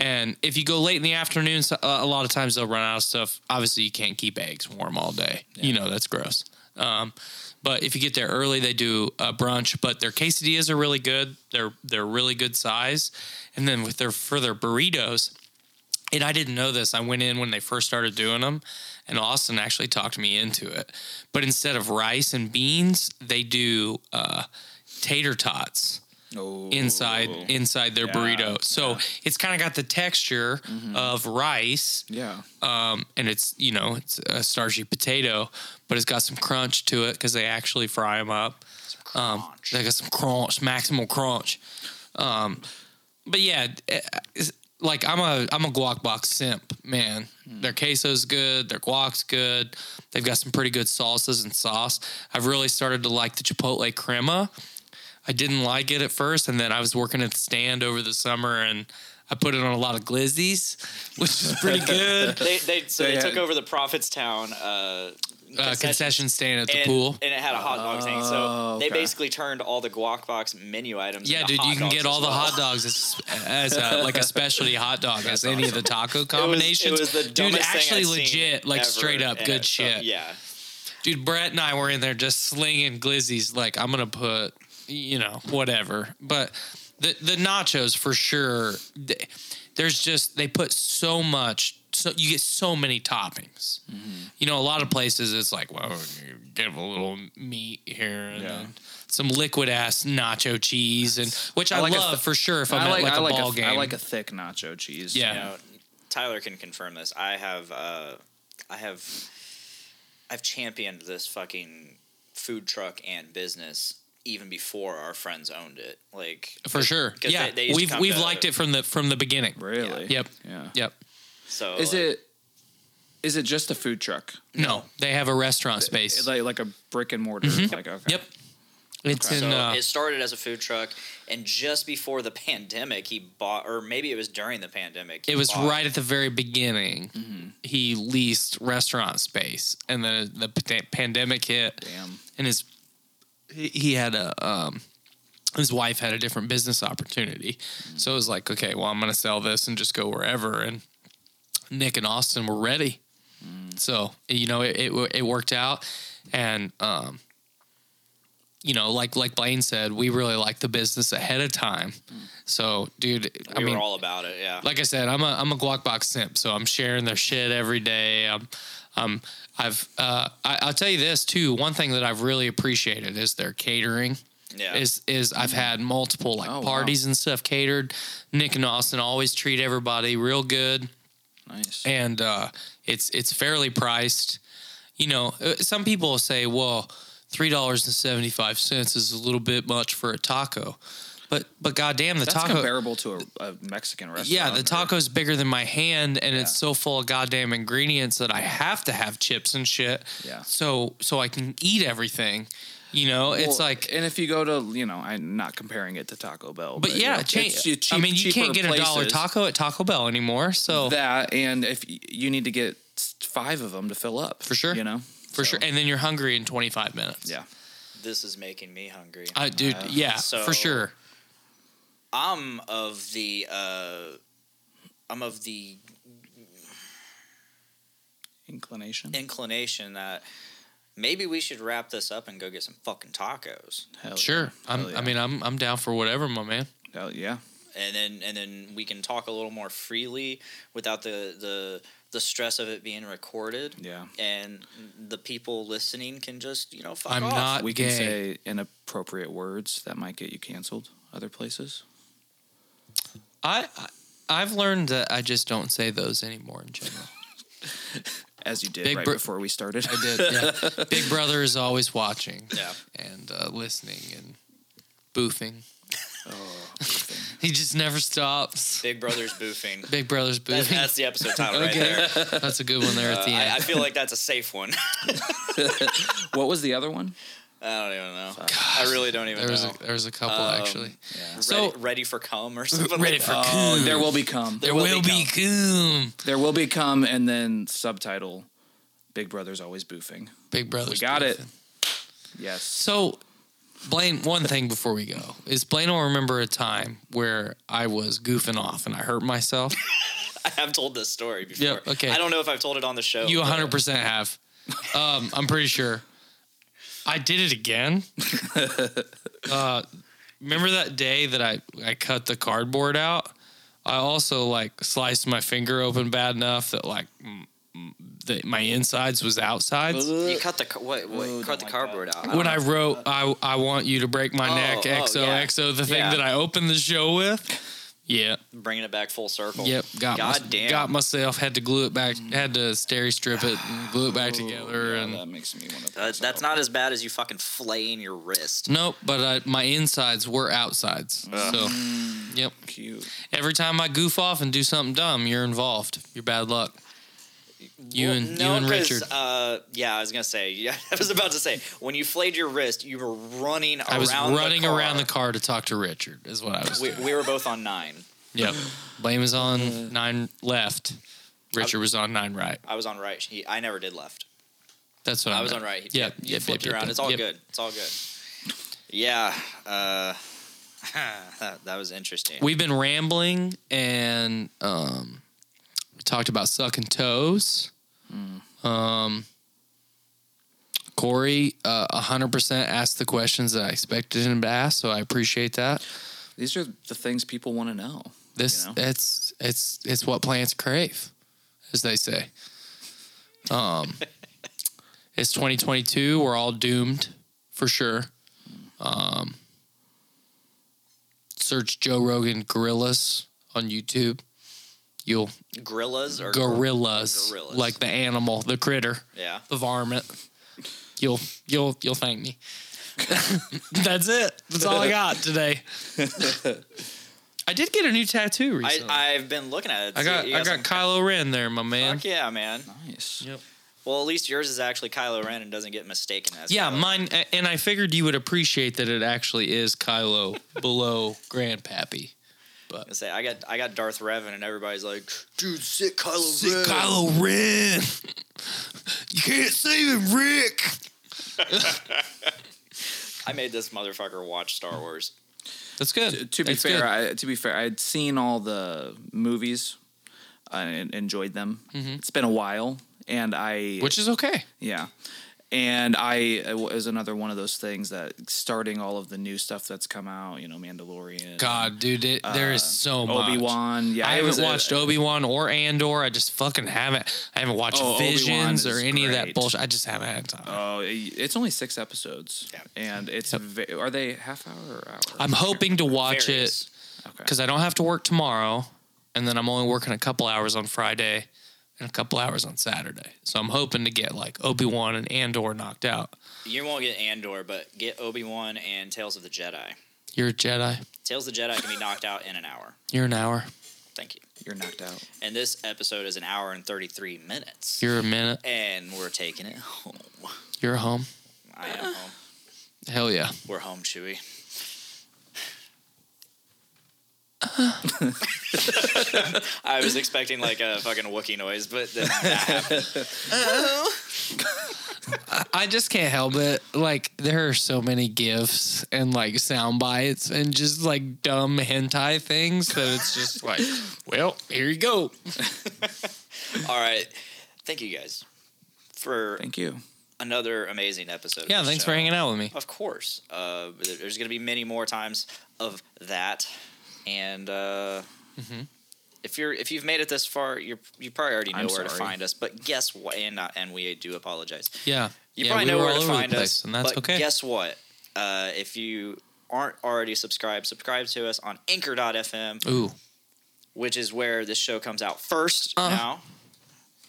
B: and if you go late in the afternoon, so- uh, a a lot of times they'll run out of stuff. Obviously, you can't keep eggs warm all day. You know that's gross. Um, but if you get there early, they do a brunch. But their quesadillas are really good. They're they're really good size, and then with their for their burritos, and I didn't know this. I went in when they first started doing them, and Austin actually talked me into it. But instead of rice and beans, they do uh, tater tots
C: Oh.
B: inside inside their burrito. So it's kind of got the texture of rice,
C: Yeah.
B: um, and it's you know it's a starchy potato, but it's got some crunch to it because they actually fry them up. Um, they got some crunch, maximal crunch. Um, but yeah, eh, it's- like I'm a I'm a guac box simp, man. Their queso's good, their guac's good. They've got some pretty good salsas and sauce. I've really started to like the chipotle crema. I didn't like it at first, and then I was working at the stand over the summer, and I put it on a lot of glizzies, which is pretty good.
A: They, they so
C: They
A: they,
C: had-
A: took over the Prophetstown uh,
B: uh, concession stand at the
A: and,
B: pool.
A: and it had a hot dog thing. So
C: Oh,
A: they
C: okay.
A: basically turned all the guac box menu items.
B: Yeah,
A: into
B: dude, you
A: hot
B: can get
A: dogs
B: all
A: as
B: the
A: well.
B: hot dogs as, as a, like a specialty hot dog as any of the taco combinations.
A: It was, it was the
B: dude,
A: dumbest thing
B: actually
A: I've seen
B: legit, like
A: ever,
B: straight up
A: and
B: good
A: so,
B: shit.
A: yeah,
B: Dude, Brett and I were in there just slinging glizzies. Like I'm gonna put, you know, whatever. But the the nachos for sure. th- There's just they put so much. So you get so many toppings.
C: Mm-hmm.
B: You know, a lot of places it's like, well, you give a little meat here and
C: Yeah.
B: then some liquid ass nacho cheese, and which I,
C: I like a
B: love
C: th-
B: for sure. If I'm
C: I
B: at
C: like,
B: like
C: I
B: a
C: like
B: ball
C: a,
B: game,
C: I like a thick nacho cheese.
B: Yeah.
A: you know, Tyler can confirm this. I have, uh, I have, I've championed this fucking food truck and business even before our friends owned it. Like
B: for sure.
A: 'cause
B: Yeah,
A: they- they used to
B: we've
A: come
B: we've
A: to-
B: liked it from the from the beginning.
C: Really.
B: Yep.
C: Yeah.
B: Yep.
A: so,
C: Is
A: like,
C: it? Is it just a food truck?
B: No, they have a restaurant space.
C: Like like a brick and mortar? Like okay.
B: Mm-hmm. Yep. It's in.
A: So
B: uh,
A: it started as a food truck, and just before the pandemic, he bought, or maybe it was during the pandemic. he
B: it was
A: bought-
B: right at the very beginning. He leased restaurant space, and then the pand- pandemic hit,
C: Damn.
B: and his he- he had a um, his wife had a different business opportunity, so it was like, okay, well, I'm gonna sell this and just go wherever. And Nick and Austin were ready, so you know it, it wo- it worked out, and um, you know, like like Blaine said, we really liked the business ahead of time. So, dude, I
A: We
B: mean,
A: were all about it. Yeah.
B: like I said, I'm a I'm a guac box simp, so I'm sharing their shit every day. I'm, um, I've uh, I, I'll tell you this too. One thing that I've really appreciated is their catering.
A: yeah.
B: Is is I've had multiple like
C: Oh, wow.
B: parties and stuff catered. Nick and Austin always treat everybody real good,
C: Nice.
B: and uh, it's it's fairly priced. You know, uh, some people say, "Well, three dollars and seventy five cents is a little bit much for a taco," but but goddamn, the
C: That's
B: taco
C: comparable to a, a Mexican restaurant.
B: yeah, the
C: or-
B: taco's bigger than my hand, and it's so full of goddamn ingredients that I have to have chips and shit.
C: Yeah.
B: So so I can eat everything. You know, it's
C: Well, uh,
B: like,
C: and if you go to, you know, I'm not comparing it to Taco Bell,
B: but
C: you
B: yeah,
C: know,
B: change.
C: it's your
B: I
C: cheap-
B: mean, you
C: cheaper
B: can't get a dollar
C: places.
B: taco at Taco Bell anymore. So
C: That and if y- you need to get s- five of them to fill up
B: For sure.
C: you know,
B: for
C: So,
B: sure, and then you're hungry in 25 minutes.
C: yeah,
A: this is making me hungry.
B: Uh, dude, yeah,
A: So-
B: for sure.
A: I'm of the. Uh, I'm of the
C: inclination,
A: inclination that maybe we should wrap this up and go get some fucking tacos,
C: Hell yeah.
B: Sure. I'm,
C: Hell yeah.
B: I mean, I'm I'm down for whatever, my man.
C: Hell yeah,
A: and then and then we can talk a little more freely without the the the stress of it being recorded.
C: yeah.
A: And the people listening can just you know fuck
B: I'm
A: off.
B: not
C: We
B: gay.
C: can say inappropriate words that might get you canceled other places.
B: I, I I've learned that I just don't say those anymore in general.
C: As you did
B: Big
C: right
B: br-
C: before we started.
B: I did. Yeah. Big Brother is always watching.
A: Yeah.
B: and uh, listening and boofing.
C: oh,
B: He just never stops.
A: Big Brother's boofing.
B: Big Brother's
A: That-
B: boofing.
A: that's the episode title right
B: Okay.
A: there.
B: That's a good one there
A: Uh,
B: at the
A: I, I
B: end.
A: feel like that's a safe one.
C: What was the other one?
A: I don't even know. I really don't even
B: there was
A: know.
B: a, there was a couple
A: Um,
B: actually.
A: ready,
B: So-
A: ready for cum or something.
B: Ready
A: like
B: for
A: that.
C: Oh, there will be come.
A: There will be
B: coom.
C: There will be come, and then subtitle, Big Brother's always boofing.
B: Big Brother.
C: We got it. Yes.
B: So, Blaine, one thing before we go is Blaine will remember a time where I was goofing off and I hurt myself.
A: I have told this story before.
B: Yep, okay.
A: I don't know if I've told it on the show.
B: You
A: but-
B: 100% have. Um, I'm pretty sure. I did it again. Uh, remember that day that I, I cut the cardboard out? I also like sliced my finger open bad enough that like m- m- that my insides was outsides.
A: You cut the ca- what? what
C: Ooh,
A: cut the
C: don't like
A: cardboard out.
B: When I wrote I I want you to break my
A: Oh,
B: neck
A: uh, oh,
B: XOXO the thing
A: Yeah.
B: that I opened the show with. Yeah.
A: bringing it back full circle.
B: Yep, got my-
A: God damn.
B: got myself had to glue it back, had to steri strip it and glue it back
A: Oh,
B: together
C: Yeah,
B: and
C: that makes me want to.
A: Uh, that's not as bad as you fucking flaying your wrist.
B: Nope, but I, my insides were outsides. So, yep.
C: cute.
B: Every time I goof off and do something dumb, you're involved. You're bad luck. You
A: Well,
B: and
A: no,
B: you and
A: 'cause,
B: Richard.
A: Uh, yeah, I was gonna say. Yeah, I was about to say when you flayed your wrist, you were running.
B: I was
A: around
B: running
A: the car.
B: around the car to talk to Richard. Is what I was.
A: We,
B: doing.
A: we were both on nine.
B: Yep. Blame is on nine left. Richard was on nine right.
A: I was on right. He, I never did left.
B: That's what I,
A: I was on
B: meant.
A: right. He-
B: Yep.
A: you
B: yep,
A: flipped
B: yep,
A: around.
B: yep,
A: it's all
B: yep.
A: good. It's all good. Yeah, uh, that, that was interesting.
B: We've been rambling and um, we talked about sucking toes. Um, Corey, uh, 100% asked the questions that I expected him to ask, so I appreciate that.
C: These are the things people want to know.
B: This
C: You know?
B: it's it's it's what plants crave, as they say. Um, it's 2022. We're all doomed for sure. Um, search Joe Rogan gorillas on YouTube. You'll
A: gorillas or
B: gorillas,
A: gorillas.
B: like the animal, the critter,
A: yeah.
B: the varmint. You'll you'll you'll thank me. That's it. That's all I got today. I did get a new tattoo
A: I,
B: recently.
A: I've been looking at it.
B: I got
A: You
B: I got
A: some-
B: Kylo Ren there, my man.
A: Fuck yeah, man.
C: Nice.
B: Yep.
A: Well, at least yours is actually Kylo Ren and doesn't get mistaken as.
B: Yeah,
A: Kylo Ren.
B: mine. a- And I figured you would appreciate that it actually is Kylo below Grandpappy.
A: I say I got I got Darth Revan and everybody's like, dude, sick Kylo Ren.
B: Kylo Ren. You can't save him, Rick.
A: I made this motherfucker watch Star Wars.
B: That's good.
C: To, to be
B: That's
C: fair,
B: good.
C: I, to be fair, I had seen all the movies uh, and enjoyed them. It's been a while, and I
B: which is okay.
C: yeah, and I it was another one of those things that starting all of the new stuff that's come out. You know, Mandalorian,
B: God, dude, it, there is so much.
C: Obi Wan. Uh, Yeah,
B: I
C: it
B: haven't
C: was- uh,
B: watched Obi Wan or Andor. I just fucking haven't. I haven't watched
C: Oh, Obi-Wan
B: Visions or
C: is
B: any of that
C: great.
B: bullshit. I just haven't had time.
C: Oh, it's only six episodes,
A: Yeah.
C: and it's ve- are they half hour or hour?
B: I'm hoping to watch it
A: Various.
C: Okay.
B: because I don't have to work tomorrow, and then I'm only working a couple hours on Friday and a couple hours on Saturday. So I'm hoping to get like Obi Wan and Andor knocked out.
A: You won't get Andor, but get Obi Wan and Tales of the Jedi.
B: You're a Jedi.
A: Tales of the Jedi can be knocked out in an hour.
B: You're an hour.
A: Thank you.
C: you're knocked out.
A: And this episode is an hour and thirty three minutes.
B: You're a minute.
A: and we're taking it home.
B: You're home.
A: I am home.
B: Hell yeah.
A: We're home, Chewy.
B: Uh.
A: I was expecting like a fucking Wookiee noise, but then
B: I just can't help it. Like there are so many gifs and like sound bites and just like dumb hentai things that it's just like, well, here you go.
A: All right. Thank you guys for
C: Thank you.
A: another amazing episode. of
B: Yeah,
A: the
B: thanks
A: show.
B: for hanging out with me.
A: Of course. Uh, there's going to be many more times of that. And uh,
B: Mm-hmm.
A: if you're if you've made it this far, you're you probably already know
C: I'm
A: where to
C: sorry.
A: find us. But guess what? And uh, and we do apologize.
B: Yeah,
A: You
B: yeah,
A: probably
B: we
A: know
B: were
A: where
B: all
A: to
B: over the
A: find us,
B: place, and that's
A: but
B: okay.
A: Guess what? Uh, if you aren't already subscribed, subscribe to us on Anchor.fm,
B: Ooh,
A: which is where this show comes out first
B: Uh.
A: now.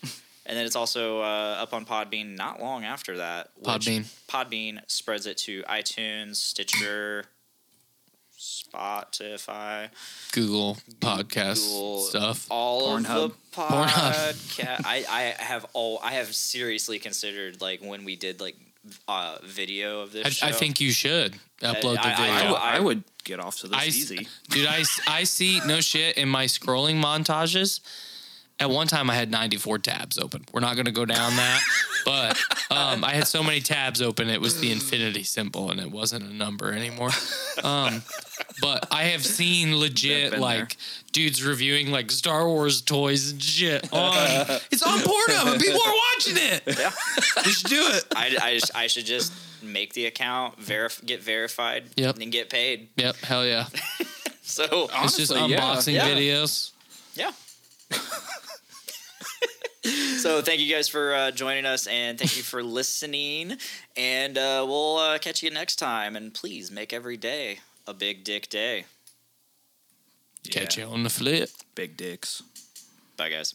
A: And then it's also uh, up on Podbean not long after that. which
B: Podbean.
A: Podbean spreads it to iTunes, Stitcher, Spotify,
B: Google podcast
A: Google,
B: stuff.
A: all
C: Pornhub.
A: of the
B: Pornhub.
A: podcast. I, I have all I have seriously considered like when we did like uh, video of this.
B: I, I
A: show.
B: think you should upload the
A: I- I-
B: video.
C: I
A: Yeah.
C: would- I would get off to this
B: I s-
C: easy.
B: dude, I, s- I see no shit in my scrolling montages. At one time, I had 94 tabs open. We're not going to go down that, but um, I had so many tabs open, it was the infinity symbol and it wasn't a number anymore. Um, but I have seen
C: I've
B: legit
C: been
B: like dudes reviewing like Star Wars toys and shit on it's on Pornhub and people are watching it.
A: Yeah.
B: We should do it.
A: I, I, just- I should just make the account, verif- get verified,
B: Yep.
A: and get paid.
B: Yep, hell yeah.
A: So
B: It's just
C: Honestly, yeah.
B: unboxing
A: Yeah.
B: videos.
A: yeah. so thank you guys for uh, joining us, and thank you for listening. And uh, we'll uh, catch you next time. And please make every day a big dick day.
B: Catch you on the flip.
C: Big dicks.
A: Bye, guys.